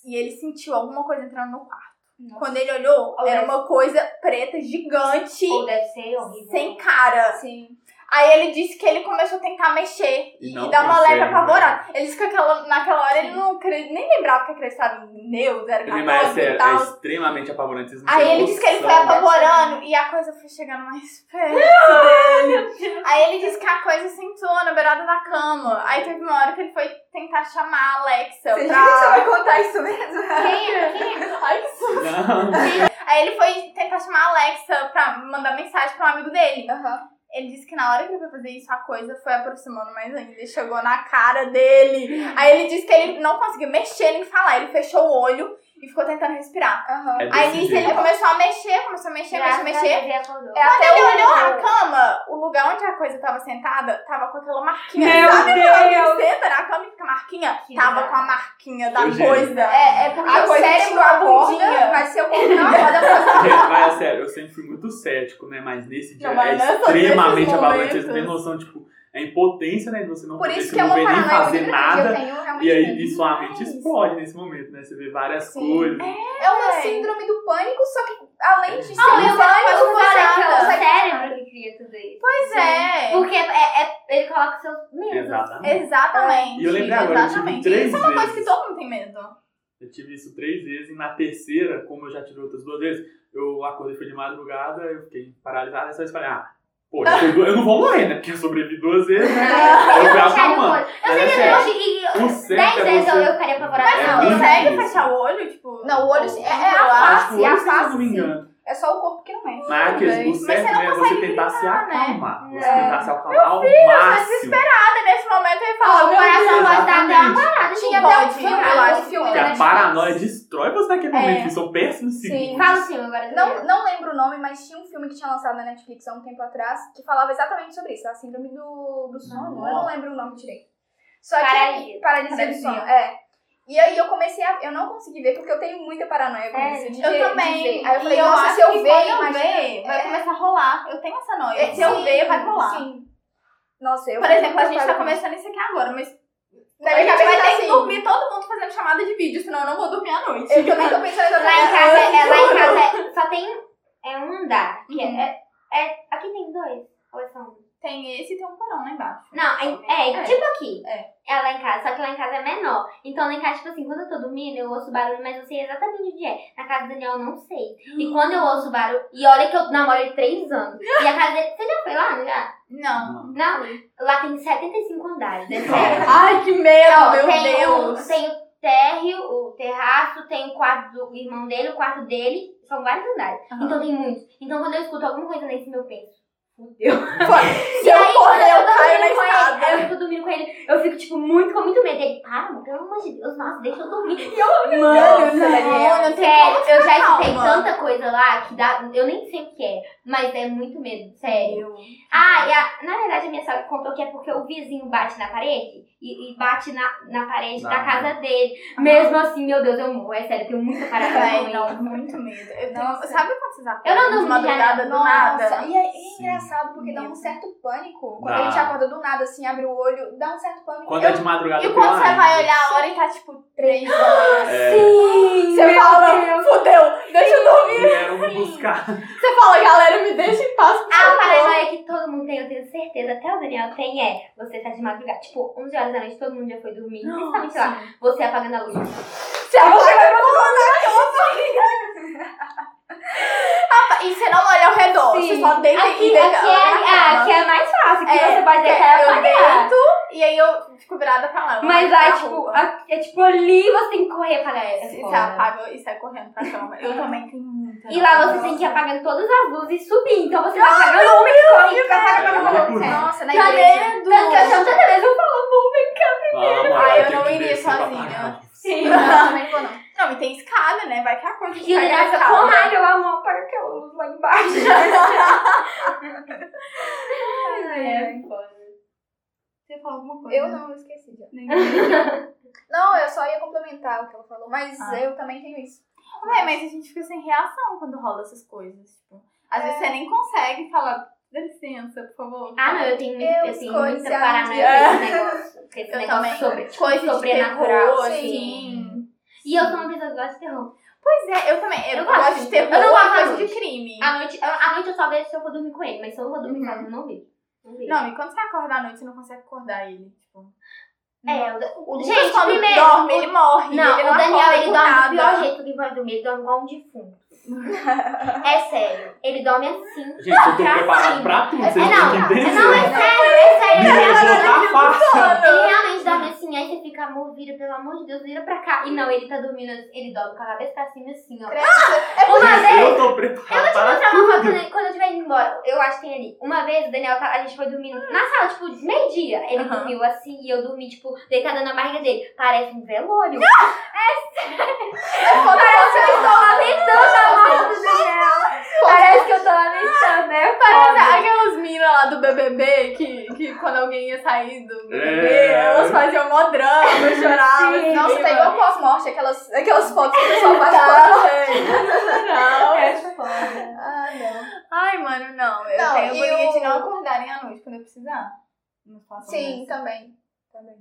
S1: E ele sentiu alguma coisa entrando no quarto. Quando ele olhou,
S4: Ou
S1: era
S4: deve-
S1: uma coisa preta, gigante,
S4: Ou deve ser horrível. é?
S1: sem cara.
S3: Sim.
S1: Aí ele disse que ele começou a tentar mexer e,
S2: E não
S1: e dar uma leve
S2: consegue,
S1: apavorada. Ele disse que aquela- naquela hora ele não cre- nem lembrava que acreditava em Deus, era
S2: Ele, mas é
S1: católico tá e
S2: sério, é né?
S1: tal.
S2: extremamente apavorante. vocês não
S1: Aí
S2: têm
S1: ele disse que ele foi
S2: noção.
S1: apavorando e a coisa foi chegando mais perto dele. Aí ele disse que a coisa sentou na beirada da cama. Aí teve uma hora que ele foi tentar chamar a Alexa
S3: Você jura que você
S1: pra...
S3: vai contar isso mesmo?
S4: Quem é? Quem é?
S1: Ai, que susto.
S2: Não.
S1: Aí ele foi tentar chamar a Alexa pra mandar mensagem pra um amigo dele.
S3: Aham.
S1: Ele disse que na hora que ele foi fazer isso, a coisa foi aproximando mais ainda e chegou na cara dele. Aí ele disse que ele não conseguiu mexer nem falar. Ele fechou o olho e ficou tentando respirar.
S3: Aham.
S2: É
S1: Aí
S2: desse
S1: nisso
S2: jeito.
S1: ele começou a mexer, começou a mexer,
S4: Graças
S1: mexer,
S4: a
S1: mexer.
S4: Deus, ele acordou.
S1: É, Até ele
S3: o-
S1: olhou a cama, o lugar onde a coisa tava sentada, tava com aquela marquinha.
S4: Meu
S1: Sabe quando
S4: Deus!
S1: você Senta na cama e fica a marquinha?
S4: Que
S1: Tava
S4: bizarro.
S1: com a marquinha da
S2: Ô, gente.
S1: coisa.
S3: É, é porque
S1: A
S3: o
S1: coisa
S3: cérebro
S1: tirou a bundinha.
S3: acorda, mas seu corpo não acorda pra
S2: Gente, mas é sério, eu sempre fui muito cético, né? Mas nesse dia
S1: Não, mas
S2: é
S1: nessa-
S2: extremamente
S1: nesses
S2: apavorante. Vocês não
S1: momentos.
S2: têm noção, tipo, a impotência, né? De você não
S3: Por
S2: poder
S3: isso
S2: se
S3: que é uma
S2: mover nem
S3: paranoia
S2: fazer
S3: muito grande. Eu
S2: nada.
S3: tenho realmente
S2: E aí,
S3: medo.
S2: e sua mente
S1: demais.
S2: explode nesse momento, né? Você vê várias
S3: Sim.
S2: coisas.
S3: É uma
S1: É.
S3: síndrome do pânico, só que
S2: É.
S3: além de ser
S4: Ah, mas
S3: um pânico,
S4: eu
S3: você
S4: acho que é o
S3: consegue-
S4: cérebro que cria tudo isso.
S1: Pois é.
S4: Porque é, é- ele coloca seus medos.
S2: Exatamente.
S1: Exatamente.
S2: E eu lembrei agora, eu tive
S1: exatamente.
S2: três
S1: Isso é uma coisa que
S2: vezes.
S1: todo mundo tem medo.
S2: Eu tive isso três vezes e na terceira, como eu já tive outras duas vezes, eu acordei foi de madrugada, eu fiquei paralisado, aí só falei, ah, pô, eu, sou du- eu não vou morrer, né? Porque eu sobrevivi duas vezes, né? Eu fui
S4: Eu fecharia o
S2: acalmando.
S4: olho.
S2: Mas
S4: Eu
S2: é
S4: seria
S2: sério,
S4: hoje e
S2: o
S4: 10
S2: certo é
S4: vezes eu,
S2: você...
S4: eu ficaria apavorada.
S1: Mas
S2: É
S1: você
S2: muito
S1: consegue
S2: difícil.
S1: fechar o olho? Tipo,
S3: Não, o olho é, é
S1: Controlar.
S3: a
S2: Acho que
S3: face, é a
S2: hoje, se eu não
S3: face.
S2: me
S3: sim.
S2: engano.
S3: Eu É só o corpo que não mexe.
S2: Marques, o
S1: Mas
S2: certo
S1: você não
S2: né, é você
S1: consegue
S2: tentar se
S1: gritar, né?
S2: acalmar. Você
S4: É.
S2: tentar se acalmar ao máximo.
S1: Nada nesse momento ele
S3: Oh,
S1: fala,
S4: Ó, o
S1: meu
S4: coração
S1: Deus.
S4: vai estar até uma
S2: exatamente.
S4: parada. Tinha
S1: Não
S4: até um
S1: pode,
S4: filme,
S1: eu
S4: lá,
S1: acho
S4: um
S1: que
S4: filme.
S1: pode.
S2: Porque
S4: na
S2: a
S4: Netflix.
S2: paranoia destrói você naquele momento. que São péssimos
S1: né? É. Sim.
S2: segundos.
S4: Fala o filme agora.
S3: Não,
S4: Gabriel.
S3: não lembro o nome, mas tinha um filme que tinha lançado na Netflix há um tempo atrás que falava exatamente sobre isso, a síndrome do, do sono. Eu não lembro o nome direito. Só que
S4: Paralisia.
S3: paralisia do
S4: Paralisia.
S3: sono, é. E aí eu comecei a. Eu não consegui ver porque eu tenho muita paranoia com
S4: É,
S3: isso. de
S1: Eu
S3: ver- de
S1: também.
S3: ver. Aí eu falei,
S1: e eu
S3: nossa,
S1: acho
S3: se eu
S1: que
S3: ver,
S1: quando eu
S3: imagina.
S1: ver, vai
S3: É.
S1: começar a rolar. Eu tenho essa noia.
S3: É,
S1: se eu
S3: sim,
S1: ver, vai rolar.
S3: Sim. Nossa, eu
S1: Por exemplo, a
S3: eu
S1: gente tá
S3: paro-
S1: começando isso aqui agora, mas
S3: Na
S1: a
S3: minha
S1: gente vai ter
S3: cabeça tá
S1: que
S3: assim.
S1: dormir todo mundo fazendo chamada de vídeo, senão eu não vou dormir à noite.
S3: Eu também tô pensando
S4: Lá em
S3: exatamente.
S4: casa, é, lá em casa é- só tem é um andar. Que é- é, é- aqui tem dois. Ou é só um?
S1: Tem esse e tem um porão lá embaixo.
S4: Não, é, é
S1: É.
S4: tipo aqui.
S1: É.
S4: lá em casa, só que lá em casa é menor. Então lá em casa, tipo assim, quando eu tô dormindo, eu ouço barulho, mas eu sei exatamente onde é. Na casa do Daniel, eu não sei. E quando eu ouço barulho. E olha que eu namoro ele três anos. E a casa dele. Você já foi lá? não Já?
S1: Não.
S4: Não. Lá tem 75 andares. É sério.
S1: Ai, que medo,
S4: Ó,
S1: meu
S4: tem
S1: Deus.
S3: um,
S4: O, tem o térreo, o terraço, tem o quarto do irmão dele, o quarto dele. São vários andares.
S1: Aham.
S4: Então tem muitos. Então quando eu escuto alguma coisa nesse meu penso. Fudeu.
S3: um.
S1: Se eu correr, eu caio na
S4: com ele,
S1: escada.
S4: aí eu fico dormindo com ele, eu fico, tipo, muito, com muito medo. Ele, para, pelo amor de Deus, nossa, deixa eu dormir. E eu
S1: Mano,
S4: Daniel,
S1: não, não tem
S4: sério,
S1: como
S4: eu já
S1: ficar
S4: escutei
S1: calma.
S4: tanta coisa lá que dá. Eu nem sei o que é, mas é muito medo, sério. Ah, e a- na verdade a minha sogra contou que é porque o vizinho bate na parede e, e bate na, na parede
S2: Não.
S4: da casa dele. Mesmo assim, meu Deus, eu morro. É sério, eu tenho muita paranoia.
S1: Ai,
S4: com
S1: não,
S4: ele.
S1: muito medo. Eu tenho-
S3: Nossa.
S1: Sabe quando vocês
S4: Eu não
S1: acordam de
S4: durmo de
S1: madrugada do
S3: Nossa,
S1: nada?
S3: E aí é
S2: Sim.
S3: engraçado porque dá um
S1: Medo.
S3: certo pânico. Quando
S2: Dá.
S3: a gente acorda do nada, assim, abre o olho, dá um certo pânico.
S2: Quando
S3: eu
S2: é de madrugada,
S1: E
S2: eu
S1: quando
S2: tô
S1: você
S2: lá.
S1: vai olhar a hora e tá tipo 3 horas,
S2: É,
S4: Sim!
S1: você
S4: meu
S1: fala,
S4: Deus.
S1: fudeu, deixa eu dormir.
S2: Vieram me buscar.
S1: Você fala, galera, me deixa em paz. por
S4: A
S1: favor."
S4: paranoia que todo mundo tem, eu tenho certeza, até o Daniel tem, é você tá de madrugada, tipo, 11 horas da noite, todo mundo já foi dormir, principalmente lá, você apagando a luz.
S1: Você apaga pra E você não olha ao redor, você só deita e
S4: aqui, aqui, é,
S1: deita.
S4: ah, aqui é mais fácil, que você pode deixar
S1: eu
S4: apagar.
S1: deito e aí eu fico virada pra lá. eu não
S4: Mas
S1: olho
S4: lá,
S1: pra
S4: tipo,
S1: rua.
S4: aqui- é tipo ali, você tem que correr para
S1: E Você apaga e sai correndo pra cama. Eu também tenho muita.
S4: Ah. E lá
S1: noia.
S4: você tem que ir apagando todas as luzes e subir, então você vai apagando uma e corre,
S2: Deus.
S4: fica apagando, apagando, apagando.
S2: Loucura.
S3: Nossa, na
S1: Que
S3: igreja.
S1: medo.
S4: Tanto que eu chamo toda vez, eu falo, vamos ver.
S2: Ah, mano,
S1: Ah, eu
S2: tem
S1: não
S2: que
S1: iria
S2: descer pra
S1: sozinha.
S2: parar.
S4: Sim.
S3: Não, também não vou, não.
S1: Não, e tem escada, né? Vai que a coisa
S4: E o Daniel fica com raiva, é eu amo, apaga aquela luz lá embaixo.
S3: É,
S1: Você falou alguma coisa? né?
S3: Eu não, eu esqueci já.
S1: Nem-
S3: Não, eu só ia complementar o que ela falou, mas
S1: Ah.
S3: eu também tenho isso.
S1: Ué, mas a gente fica sem reação quando rola essas coisas. Tipo, às vezes
S3: É.
S1: você nem consegue falar, dá licença, por favor.
S4: Ah, não, eu tenho, muito,
S3: Eu
S4: eu tenho
S3: escolhi
S4: muita
S3: a
S4: paranoia
S1: minha.
S4: com esse negócio. com Esse
S1: Eu
S4: negócio
S1: também.
S4: sobre, tipo,
S1: Coisa de
S4: sobrenatural,
S1: terror,
S4: assim.
S1: sim.
S4: E eu sou uma pessoa que gosta de terror.
S1: Pois é, eu também. Eu,
S4: Eu
S1: gosto,
S4: gosto
S1: de
S4: de-
S1: terror,
S4: eu não gosto à
S1: gosto de
S4: noite.
S1: crime.
S4: À noite, eu- à noite eu só vejo se eu for dormir com ele, mas se eu não vou dormir
S1: Uhum.
S4: com ele, eu não vejo. Não vejo.
S1: Não, e quando você acorda à noite, você não consegue acordar ele. Tipo,
S4: É, o-
S1: o Lucas,
S4: Gente,
S1: quando
S4: primeiro,
S1: dorme,
S4: o-
S1: ele morre.
S4: não,
S1: ele não
S4: o
S1: acorda
S4: Daniel, ele
S1: por
S4: dorme do
S1: nada.
S4: pior jeito que pode dormir, ele dorme igual um defunto. é sério, ele dorme assim.
S2: Gente, eu tô
S4: Pra
S2: preparado
S4: cima.
S2: pra tudo,
S4: É,
S2: vocês
S4: não,
S2: têm que
S4: é,
S2: entender.
S4: não, é sério, é sério.
S2: Me
S4: ele
S2: revoltar tá
S1: tá
S2: fácil.
S4: Ele realmente dorme assim, aí você fica, amor, vira, pelo amor de Deus, vira pra cá. E não, ele tá dormindo, ele dorme com a cabeça pra cima assim, ó.
S1: É
S4: Uma vez,
S2: Eu tô
S4: Eu vou
S2: preparado
S4: te
S2: para
S4: mostrar uma foto né, quando eu tiver indo embora. Eu acho que tem ali. Uma vez o Daniel, tá- a gente foi dormindo na sala, tipo, meio-dia. Ele
S1: Aham.
S4: dormiu assim e eu dormi, tipo, deitada na barriga dele. Parece um velório.
S3: É
S4: Parece que eu tô lamentando a morte do Daniel. Parece que eu tô lamentando, né?
S1: Mas
S4: Parece.
S1: Aquelas minas lá do BBB que, que quando alguém ia sair do BBB,
S2: É.
S1: elas faziam mó drama, choravam. assim,
S4: Sim.
S3: Nossa, tá igual pós-morte, aquelas, aquelas fotos que o pessoal faz quando-
S1: Não.
S4: É foda.
S3: Ah, não.
S1: Ai, mano, não. Eu
S3: Não,
S1: tenho
S3: e
S1: mania
S3: o-
S1: de não acordarem à noite quando eu precisar. Não faço
S3: Sim,
S1: mais.
S3: também. Também.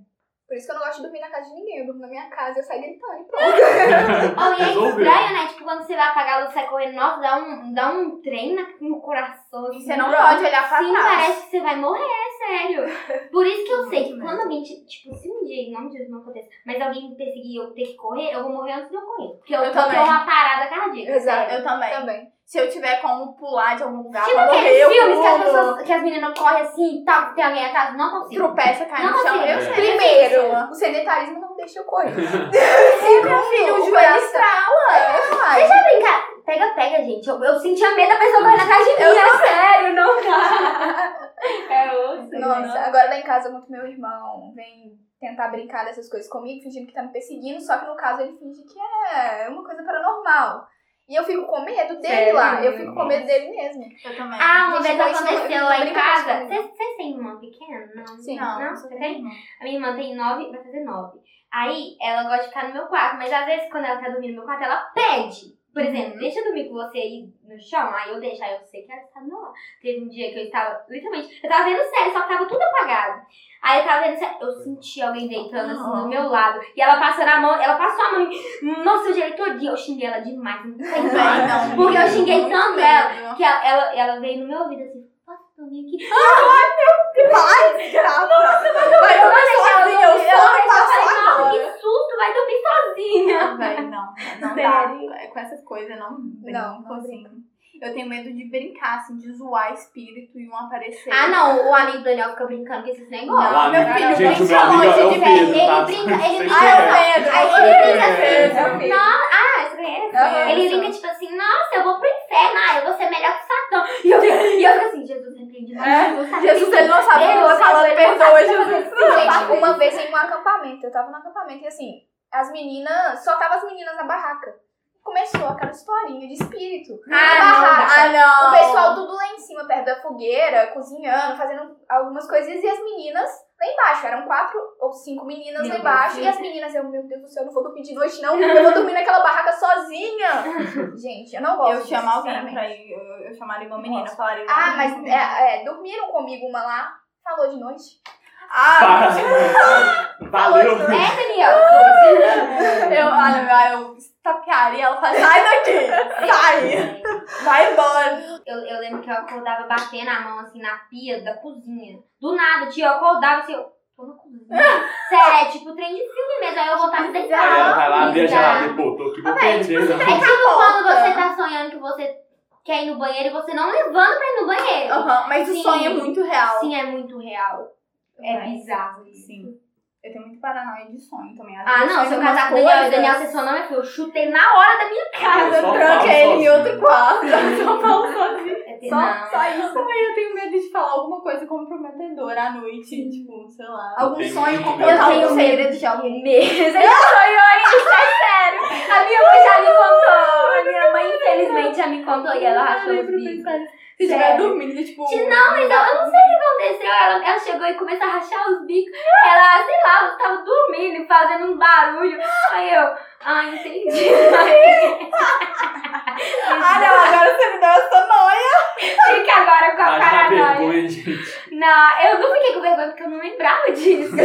S3: Por isso que eu não gosto de dormir na casa de ninguém. Eu durmo na minha casa, eu saio gritando e pronto.
S4: Oh, e é
S2: Resolveu.
S4: estranho, né? Tipo, quando você vai apagar a luz, sai correndo, nossa, dá um, dá um trem na- no coração.
S1: E
S4: assim.
S1: você não pode olhar pra
S4: Sim,
S1: trás.
S4: parece que você vai morrer, sério. Por isso que eu sei que
S1: Muito
S4: quando alguém, ti- tipo, se um dia, em nome de Deus, não aconteça, mas alguém me perseguir e eu ter que correr, eu vou morrer antes de eu correr. Porque eu,
S1: Eu
S4: tô
S1: também.
S4: com uma parada cardíaca.
S3: Exato.
S4: sério.
S1: Eu também.
S3: Também.
S1: Se eu tiver como pular de algum lugar
S4: Tipo
S1: pra morrer,
S4: aqueles
S1: eu
S4: filmes que as
S1: pulo.
S4: pessoas, que as meninas correm assim e tal, que tem alguém atrás, não consigo.
S1: tropeça, cai no
S4: Não,
S1: chão.
S4: assim,
S1: Eu
S2: é.
S1: sei.
S3: Primeiro, o sedentarismo não deixa eu correr.
S1: Sim, meu filho, o joelho
S3: estrala. É, uai.
S4: Brincar, pega, pega, gente. Eu, eu sentia medo da pessoa correndo atrás de mim.
S3: Eu
S4: é sério, não dá. É osso.
S3: Nossa,
S1: né?
S3: agora lá em casa muito meu irmão vem tentar brincar dessas coisas comigo, fingindo que tá me perseguindo, só que no caso ele finge que é uma coisa paranormal. E eu fico com medo dele
S4: Sério?
S3: lá, eu fico com medo dele mesmo.
S1: Eu também.
S4: Ah, uma
S3: Gente,
S4: vez
S3: mas isso não-
S4: aconteceu
S3: não
S4: lá em
S3: brinca mais
S4: casa.
S3: comigo.
S4: Vocês têm irmã pequena? Não.
S3: Sim.
S4: Não? Você tem?
S1: irmã.
S4: A minha irmã tem nove, vai fazer nove. Aí ela gosta de ficar no meu quarto, mas às vezes quando ela quer dormir no meu quarto, ela pede. Por
S1: Uhum.
S4: exemplo, deixa eu dormir com você aí no chão, aí eu deixo, aí eu sei que ela está no meu lado. Teve um dia que eu estava, literalmente, eu tava vendo série, só que tava tudo apagado. Aí eu tava vendo série, eu senti alguém deitando assim do meu lado. E ela passando a mão, ela passou a mão em mim. Nossa, eu gelei todinha, eu xinguei ela demais, não tem
S1: Também
S4: mais.
S1: não.
S4: Porque eu xinguei
S1: Muito
S4: tanto
S1: medo.
S4: ela, que ela, ela, ela veio no meu ouvido assim, posso dormir aqui?
S1: Ai, desgraça. Ah, Vai
S4: eu vou
S1: dormir
S4: deixar ela
S1: sozinha, eu
S4: dormir, ela
S1: só
S4: vai
S1: passar
S4: Nossa,
S1: agora.
S4: que susto, vai dormir sozinha.
S1: Não, véi, não, não
S4: Sério?
S1: dá. Com essas coisas não brinco,
S3: Não, não
S1: assim. Eu tenho medo de brincar, assim, de zoar espírito e um aparecer.
S4: Ah, não, o amigo do Daniel fica brincando com esses negócios.
S1: Não, meu
S2: amigo-
S1: filho,
S2: Ah, gente, o
S1: brinca
S2: meu amigo
S1: longe
S2: é o
S1: de mim.
S2: Pedro,
S4: Ele
S2: tá?
S4: brinca- tipo, ele
S2: Vocês
S4: brinca-
S1: Ah,
S2: sabem.
S1: é o Pedro.
S4: Aí
S1: ele
S4: ele
S1: brinca assim.
S2: É.
S4: Não, ah, você conhece?
S3: Aham.
S4: Ele brinca tipo assim, nossa, eu vou pro inferno, ah, eu vou ser melhor que o Satã. E eu, fico- e eu fico assim, Jesus, repreende.
S1: É, Jesus, ele não sabe o que eu tô falando, perdoa, Jesus.
S3: Gente, uma vez em um acampamento, eu tava no acampamento e assim, as meninas, só tava as meninas na barraca. Começou aquela historinha de espírito. na
S4: Ah, não
S3: barraca.
S1: Ah, não.
S3: O pessoal tudo lá em cima, perto da fogueira, cozinhando, fazendo algumas coisas, e as meninas lá embaixo. Eram quatro ou cinco meninas
S4: Meu
S3: lá embaixo,
S4: Deus.
S3: e as meninas, eu, meu Deus do céu, eu não vou dormir de noite, não, eu vou dormir naquela barraca sozinha. Gente, eu não gosto.
S1: Eu
S3: disso,
S1: chamo alguém
S3: sinceramente.
S1: pra ir, eu, eu chamaria uma menina, eu falaria...
S3: Ah, mas é, é, dormiram comigo uma lá, falou de noite.
S1: Ah,
S2: Para. Valeu.
S4: É, Daniel?
S1: eu, olha, meu, aí eu estapearia, ela fala, sai daqui, sai, vai embora.
S4: Eu, eu lembro que eu acordava batendo a mão assim na pia da cozinha. Do nada, tio, eu acordava assim, eu tô na cozinha. Sério, é tipo trem de filme mesmo. Aí eu voltava e
S2: Aí ela vai lá,
S4: Exato.
S2: abrir a geladeira. Pô, tô aqui, vou perder. né?
S4: É tipo quando
S1: volta.
S4: você tá sonhando que você quer ir no banheiro e você não levanta pra ir no banheiro.
S1: Aham, mas o
S4: Sim.
S1: sonho é muito real.
S4: Sim, é muito real. É bizarro isso.
S1: Sim. Eu tenho muito paranoia de sonho também. Às
S4: Ah,
S1: vezes
S4: não,
S1: eu
S4: se eu
S1: sonho
S4: casar com o
S1: umas
S4: Daniel, o
S1: coisas.
S4: Daniel, você só não é filho. Eu chutei na hora da minha
S1: Eu
S4: casa.
S2: Só
S1: tranquei
S2: falo
S1: ele em
S2: sozinho.
S1: outro quarto. Eu Só falo sozinho.
S4: É
S1: Só,
S4: tenaz.
S1: só isso. Também eu tenho medo de falar alguma coisa comprometedora à noite. Tipo, sei lá.
S2: Algum
S1: Algum
S2: tenho
S1: sonho
S2: sonho muito
S1: com
S2: medo.
S1: eu
S2: contar
S3: um
S1: tenho
S2: algum
S1: segredo de alguém.
S4: Mesmo. Ele sonhou isso, é sério. A minha mãe já me contou. A minha mãe, infelizmente, já me contou e ela rachou os bicos.
S1: Se estiver
S4: Sério.
S1: dormindo, tipo.
S4: Gente, Não, mas eu, eu não sei o que aconteceu. Ela, ela chegou e começou a rachar os bicos. Ela, sei lá, ela tava dormindo, fazendo um barulho. Aí eu, ah, entendi.
S1: Ah, não, agora você me deu essa noia.
S4: Fica agora com a
S2: Haja
S4: paranoia.
S2: vergonha, gente.
S4: Não, eu não fiquei com vergonha porque eu não lembrava disso.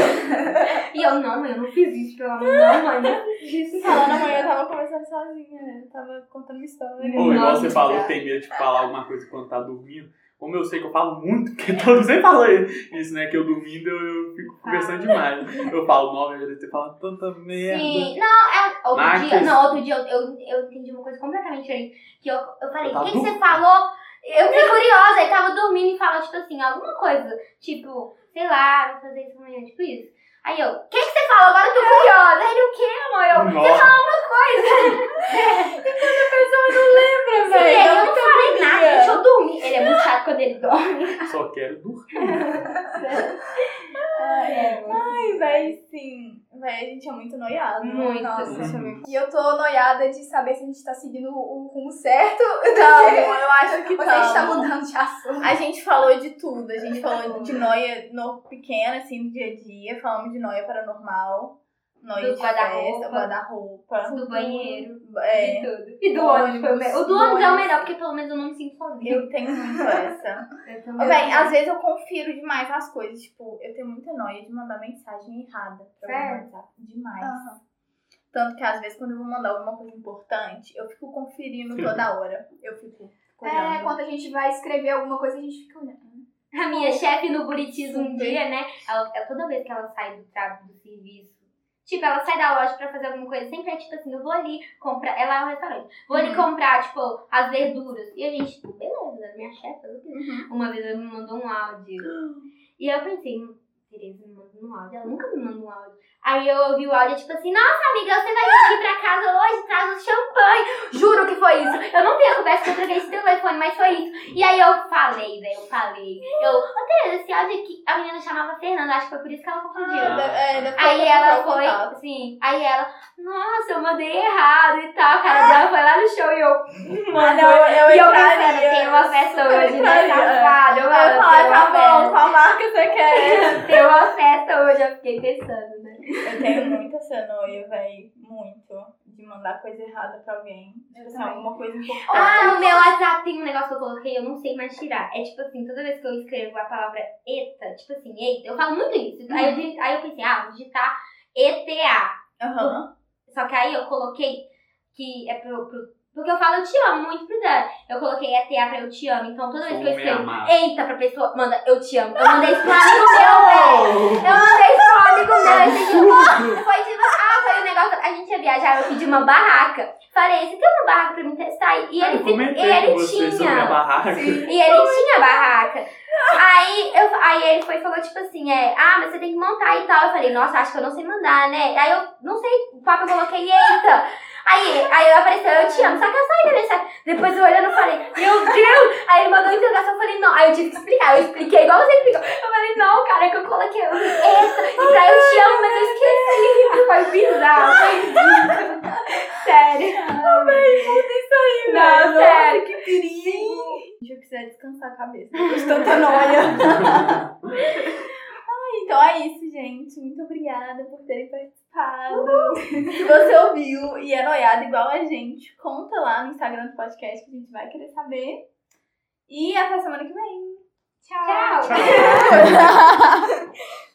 S4: e eu, não, mãe, eu não fiz isso, pelo amor de Deus, mãe. não fiz isso.
S1: Falando amanhã, eu tava conversando sozinha, né? Eu tava contando uma história.
S2: Ou igual
S4: Nossa,
S2: você falou, tem medo de falar alguma coisa quando tá dormindo. Como eu sei que eu falo muito, porque todos sempre falam isso, né? Que eu dormindo eu, eu fico conversando demais. Eu falo, nova, eu já deve ter falado tanta merda.
S4: Ah. Sim, não, é, outro
S2: Marcos.
S4: dia, não, outro dia eu, eu, eu entendi uma coisa completamente diferente. Que eu, eu falei,
S2: Tá
S4: o que, que
S2: duro.
S4: você falou? Eu fiquei curiosa, ele tava dormindo e falou, tipo assim, alguma coisa. Tipo, sei lá, vou fazer isso amanhã, tipo isso. Aí eu, o que, que você falou? Agora eu tô curiosa. Aí ele, o que, amor? Eu,
S2: Nossa,
S1: Lembra,
S4: "Sim,
S1: velho?
S4: eu não falei nada,
S1: agonia."
S4: deixa eu dormir. Ele é muito chato quando ele dorme.
S2: só quero dormir.
S4: é,
S1: Ai, véi, sim. Véi, a gente é muito noiado. né?
S4: Muito.
S1: Nossa,
S2: Uhum.
S1: deixa eu ver.
S3: E eu tô noiada de saber se a gente tá seguindo o rumo certo.
S1: Não, eu acho que
S3: Você
S1: não.
S3: está mudando de assunto.
S1: A gente falou de tudo. A gente falou de noia no pequena, assim, do dia a dia. Falamos de noia paranormal. Noia
S4: Do
S1: de
S4: guarda-roupa.
S1: festa, guarda-roupa.
S4: Do banheiro, de
S1: É,
S4: tudo. E do
S1: Do
S4: ônibus. foi o
S1: ônibus,
S4: melhor. O do
S1: do
S4: ônibus é o
S1: ônibus.
S4: melhor, porque pelo menos eu não me sinto sozinha.
S1: eu tenho muito essa.
S4: Eu também.
S1: Bem, às vezes eu confiro demais as coisas. Tipo, eu tenho muita noia de mandar mensagem errada pra alguém
S4: Sério?
S1: no WhatsApp. Demais.
S3: Aham.
S1: Tanto que às vezes quando eu vou mandar alguma coisa importante, eu fico conferindo toda hora. Eu fico
S3: É,
S1: olhando.
S3: quando a gente vai escrever alguma coisa, a gente fica olhando.
S4: A minha chefe no Buritis um
S1: Super.
S4: dia, né? Ela, ela- toda vez que ela sai do trabalho do serviço, tipo, ela sai da loja pra fazer alguma coisa, sempre é tipo assim, eu vou ali comprar. Ela é um restaurante. Vou ali
S1: Uhum.
S4: comprar, tipo, as verduras. E a gente, tipo, beleza, minha chefe, eu não sei.
S1: Uhum.
S4: Uma vez ela me mandou um áudio. E eu pensei, hum, Tereza me manda um áudio. Ela nunca me manda um áudio. Aí eu ouvi o áudio, tipo assim, nossa, amiga, você vai vir pra casa hoje, traz um champanhe. Juro que foi isso. Eu não tenho a conversa que eu troquei esse telefone, mas foi isso. E aí eu falei, velho, eu falei. Eu, ô Tereza, esse áudio aqui, a menina chamava Fernanda, acho que foi por isso que ela confundiu.
S2: Ah,
S1: É, depois
S4: Aí
S1: eu
S4: ela
S1: vou
S4: foi,
S1: contar.
S4: sim, aí ela, nossa, eu mandei errado e tal, a cara dela foi lá no show e eu,
S1: Ah,
S4: mano,
S1: não, eu
S4: e eu
S1: entraria,
S4: pensando, tem uma festa
S1: super
S4: hoje, né,
S1: entraria.
S4: safado, eu
S1: Eu ia
S4: mano,
S1: falar,
S4: tem
S1: tá
S4: uma
S1: bom,
S4: festa,
S1: qual marca você quer?
S4: tem uma festa hoje, eu fiquei pensando, né.
S1: Eu tenho muita cenoia, véi, muito, de mandar coisa errada pra alguém. Tipo assim,
S3: também.
S1: alguma coisa importante.
S4: Ah, no meu WhatsApp tem um negócio que eu coloquei, eu não sei mais tirar. É tipo assim, toda vez que eu escrevo a palavra ETA, tipo assim, ETA, eu falo muito isso. Aí, eu, di- aí eu pensei, ah, vou digitar ETA.
S1: Aham.
S4: Só que aí eu coloquei que é pro. pro- porque eu falo eu te amo muito pro Dan. Eu coloquei ETA pra eu te amo. Então toda vez que eu
S2: Homem
S4: escrevo
S2: amado.
S4: ETA pra pessoa, manda eu te amo. Eu mandei isso pra um amigo meu, velho. Eu mandei isso pra um amigo meu. Esse dia foi tipo, ah, foi um negócio. A gente ia viajar, eu pedi uma barraca. Falei, você tem uma barraca pra me testar? E ele,
S2: Eu comentei
S4: e ele
S2: com você sobre a
S4: tinha.
S2: barraca.
S4: E ele tinha barraca. Aí, eu, aí ele foi e falou, tipo assim, é, ah, mas você tem que montar e tal. Eu falei, nossa, acho que eu não sei mandar, né? Aí eu não sei, o papo eu coloquei, eita! Aí, aí apareceu, eu te amo, só que eu saí da mensagem. né? Depois eu olhando, eu falei, meu Deus! Aí ele mandou interrogação, eu falei, não. Aí eu tive que explicar, eu expliquei igual você explicou. Eu falei, não, cara, é que eu coloquei eu falei, eita, e pra eu te amo, mas eu esqueci. Foi bizarro, foi bizarro. Sério. Não,
S1: Nossa,
S4: sério.
S1: que perigo. Gente, eu preciso descansar a cabeça. depois de tanta noia. Ai, Então é isso, gente. Muito obrigada por terem participado. Se você ouviu e é noiado igual a gente, conta lá no Instagram do podcast que a gente vai querer saber. E até semana que vem.
S4: Tchau.
S2: Tchau.